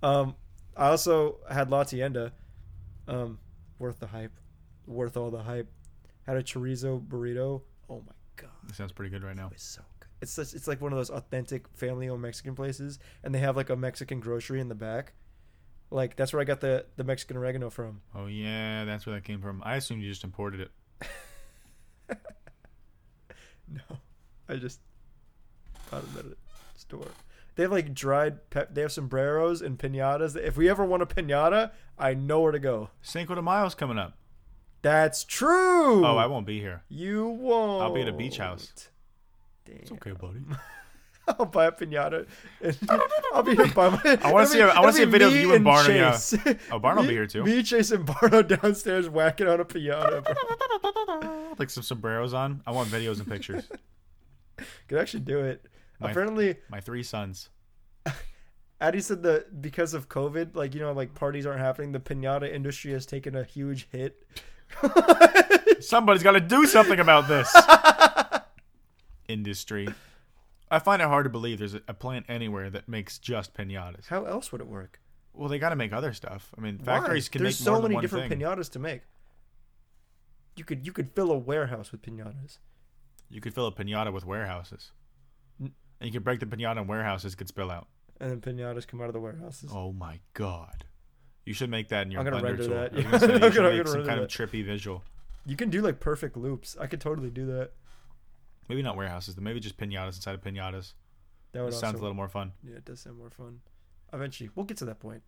Speaker 5: um, I also had La Tienda, um, worth the hype, worth all the hype. Had a chorizo burrito. Oh my god,
Speaker 4: This sounds pretty good right now.
Speaker 5: it was so good. It's such, it's like one of those authentic family-owned Mexican places, and they have like a Mexican grocery in the back. Like that's where I got the the Mexican oregano from.
Speaker 4: Oh yeah, that's where that came from. I assumed you just imported it.
Speaker 5: No, I just found it at a store. They have like dried. Pe- they have sombreros and pinatas. If we ever want a pinata, I know where to go.
Speaker 4: Cinco de Mayo's coming up.
Speaker 5: That's true.
Speaker 4: Oh, I won't be here.
Speaker 5: You won't.
Speaker 4: I'll be at a beach house.
Speaker 5: Damn.
Speaker 4: buddy.
Speaker 5: I'll buy a pinata. And I'll be here by my.
Speaker 4: I wanna
Speaker 5: it'll
Speaker 4: see
Speaker 5: be-
Speaker 4: a- I wanna
Speaker 5: it'll
Speaker 4: see a
Speaker 5: be
Speaker 4: video of
Speaker 5: me
Speaker 4: you and Barney,
Speaker 5: Chase.
Speaker 4: oh, Barney will
Speaker 5: Me-
Speaker 4: be here, too.
Speaker 5: Me, Chase, and Barno downstairs whacking on a pinata. Bro.
Speaker 4: Like some sombreros on. I want videos and pictures.
Speaker 5: Could actually do it.
Speaker 4: My-
Speaker 5: Apparently,
Speaker 4: My three sons.
Speaker 5: Addy said that because of COVID, like you know, like parties aren't happening. The pinata industry has taken a huge hit.
Speaker 4: Somebody's got to do something about this industry. I find it hard to believe there's a a plant anywhere that makes just pinatas.
Speaker 5: How else would it work?
Speaker 4: Well, they got to make other stuff. I mean,
Speaker 5: Why?
Speaker 4: factories can
Speaker 5: There's
Speaker 4: make
Speaker 5: so
Speaker 4: more than
Speaker 5: many
Speaker 4: one
Speaker 5: different
Speaker 4: thing.
Speaker 5: pinatas to make. You could you could fill a warehouse with pinatas.
Speaker 4: You could fill a pinata with warehouses, and you could break the pinata, and warehouses could spill out.
Speaker 5: and then pinatas come out of the warehouses.
Speaker 4: Oh my god! You should make that in your
Speaker 5: I'm gonna
Speaker 4: Blender
Speaker 5: render
Speaker 4: tool.
Speaker 5: that.
Speaker 4: I was gonna say,
Speaker 5: I'm
Speaker 4: you should
Speaker 5: gonna- I'm
Speaker 4: make
Speaker 5: gonna
Speaker 4: some
Speaker 5: render
Speaker 4: kind
Speaker 5: that.
Speaker 4: of trippy visual.
Speaker 5: You can do like perfect loops. I could totally do that.
Speaker 4: Maybe not warehouses, but maybe just pinatas inside of pinatas.
Speaker 5: That would
Speaker 4: It sounds a
Speaker 5: also,
Speaker 4: little more fun.
Speaker 5: Yeah, it does sound more fun. Eventually, we'll get to that point.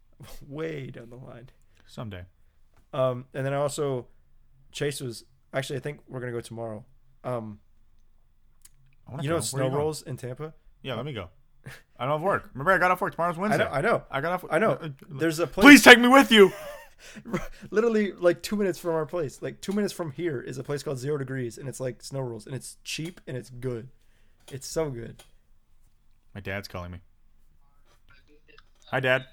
Speaker 5: Way down the line.
Speaker 4: Someday.
Speaker 5: Um, and then I also Chase was actually I think we're gonna go tomorrow. Um,
Speaker 4: I wanna
Speaker 5: you
Speaker 4: go.
Speaker 5: know
Speaker 4: Where
Speaker 5: snow
Speaker 4: you going?
Speaker 5: rolls in Tampa.
Speaker 4: Yeah, let me go. I don't have work. Remember, I got off work. Tomorrow's
Speaker 5: I
Speaker 4: Wednesday.
Speaker 5: know. I know.
Speaker 4: I got off.
Speaker 5: I know.
Speaker 4: Uh,
Speaker 5: There's a place
Speaker 4: Please take me with you.
Speaker 5: literally like two minutes from our place. Like two minutes from here is a place called Zero Degrees, and it's like snow rolls, and it's cheap and it's good. It's so good.
Speaker 4: My dad's calling me. Hi, Dad.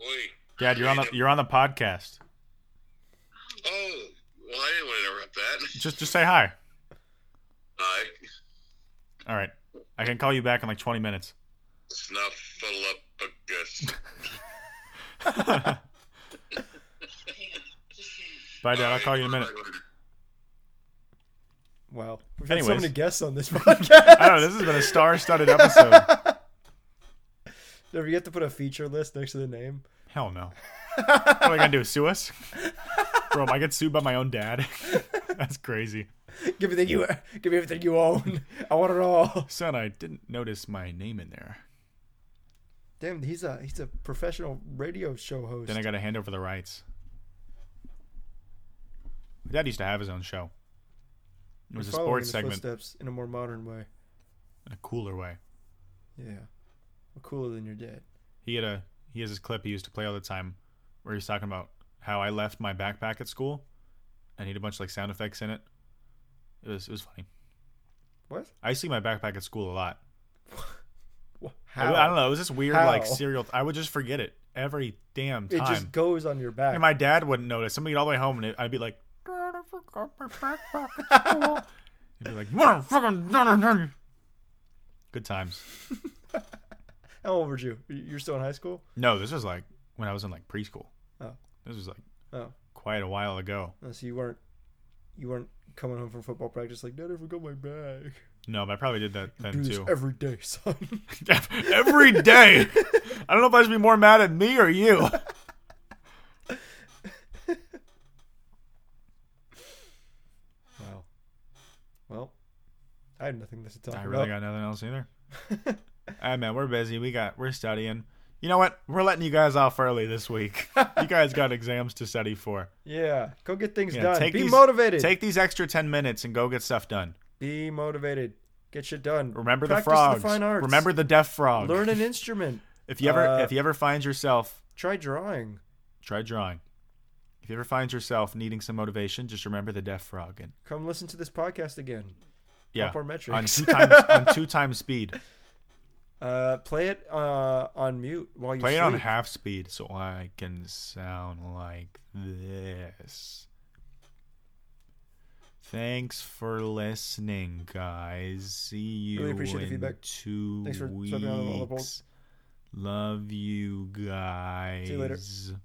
Speaker 6: Wait.
Speaker 4: Dad, you're on the you're on the podcast.
Speaker 6: Oh, well, I didn't want to interrupt that.
Speaker 4: Just just say hi.
Speaker 6: I
Speaker 4: All right, I can call you back in like 20 minutes.
Speaker 6: snuffleupagus.
Speaker 4: Bye, Dad. I'll call you in a minute.
Speaker 5: Wow. We've had so
Speaker 4: Anyways.
Speaker 5: many guests on this podcast.
Speaker 4: I don't know. This has been a star-studded episode.
Speaker 5: Did we get to put a feature list next to the name?
Speaker 4: Hell no. What am I gonna do? Sue us? Bro, am I get sued by my own dad? That's crazy.
Speaker 5: Give me the you. Give me everything you own. I want it all.
Speaker 4: Son, I didn't notice my name in there.
Speaker 5: Damn, he's a he's a professional radio show host.
Speaker 4: Then I gotta hand over the rights. My dad used to have his own show. It was a
Speaker 5: Following in
Speaker 4: sports
Speaker 5: his
Speaker 4: segment
Speaker 5: footsteps in a more modern way.
Speaker 4: in a cooler way.
Speaker 5: Yeah, Well, cooler than your dad.
Speaker 4: He had a he has this clip he used to play all the time where he's talking about how I left my backpack at school and he had a bunch of like sound effects in it. It was it was funny.
Speaker 5: What?
Speaker 4: I see my backpack at school a lot.
Speaker 5: Wha-
Speaker 4: I,
Speaker 5: How?
Speaker 4: I don't know. It was this weird,
Speaker 5: How?
Speaker 4: like serial. I would just forget it every damn
Speaker 5: It
Speaker 4: time.
Speaker 5: just goes on your back.
Speaker 4: and my dad wouldn't notice. Somebody all the way home, and it, I'd be like, "Dad, I forgot my backpack at school." He'd be like, "Motherfucking dun, dun, dun." good times."
Speaker 5: How old were you? You- You're still in high school.
Speaker 4: No, this was like when I was in like preschool.
Speaker 5: Oh.
Speaker 4: This was like
Speaker 5: Oh.
Speaker 4: quite a while ago.
Speaker 5: Oh, So you weren't you weren't coming home from football practice like, Dad, I forgot my bag.
Speaker 4: No, but I probably did that then
Speaker 5: Do this
Speaker 4: too.
Speaker 5: every day, son.
Speaker 4: every day. I don't know if I should be more mad at me or you.
Speaker 5: wow. Well, I have nothing to talk
Speaker 4: I
Speaker 5: about.
Speaker 4: really got nothing else either. Ah man, we're busy. We got we're studying. You know what? We're letting you guys off early this week. you guys got exams to study for.
Speaker 5: yeah, go get things
Speaker 4: Yeah,
Speaker 5: done. Be
Speaker 4: these,
Speaker 5: motivated.
Speaker 4: Take these extra ten minutes and go get stuff done.
Speaker 5: Be motivated. Get shit done.
Speaker 4: Remember
Speaker 5: Practice
Speaker 4: the frogs.
Speaker 5: fine arts.
Speaker 4: Remember the deaf frog.
Speaker 5: Learn an instrument.
Speaker 4: if you ever
Speaker 5: uh,
Speaker 4: if you ever find yourself
Speaker 5: Try drawing.
Speaker 4: try drawing. If you ever find yourself needing some motivation, just remember the deaf frog and
Speaker 5: Come listen to this podcast again.
Speaker 4: yeah,
Speaker 5: Up our
Speaker 4: on
Speaker 5: metrics.
Speaker 4: two times on two times speed.
Speaker 5: Uh, play it uh, on mute while you
Speaker 4: Play
Speaker 5: sleep.
Speaker 4: it on half speed so I can sound like this. Thanks for listening, guys. See you
Speaker 5: Really appreciate the
Speaker 4: in
Speaker 5: feedback.
Speaker 4: two
Speaker 5: Thanks for subbing on all the polls.
Speaker 4: weeks. Love you guys.
Speaker 5: you later.
Speaker 4: later.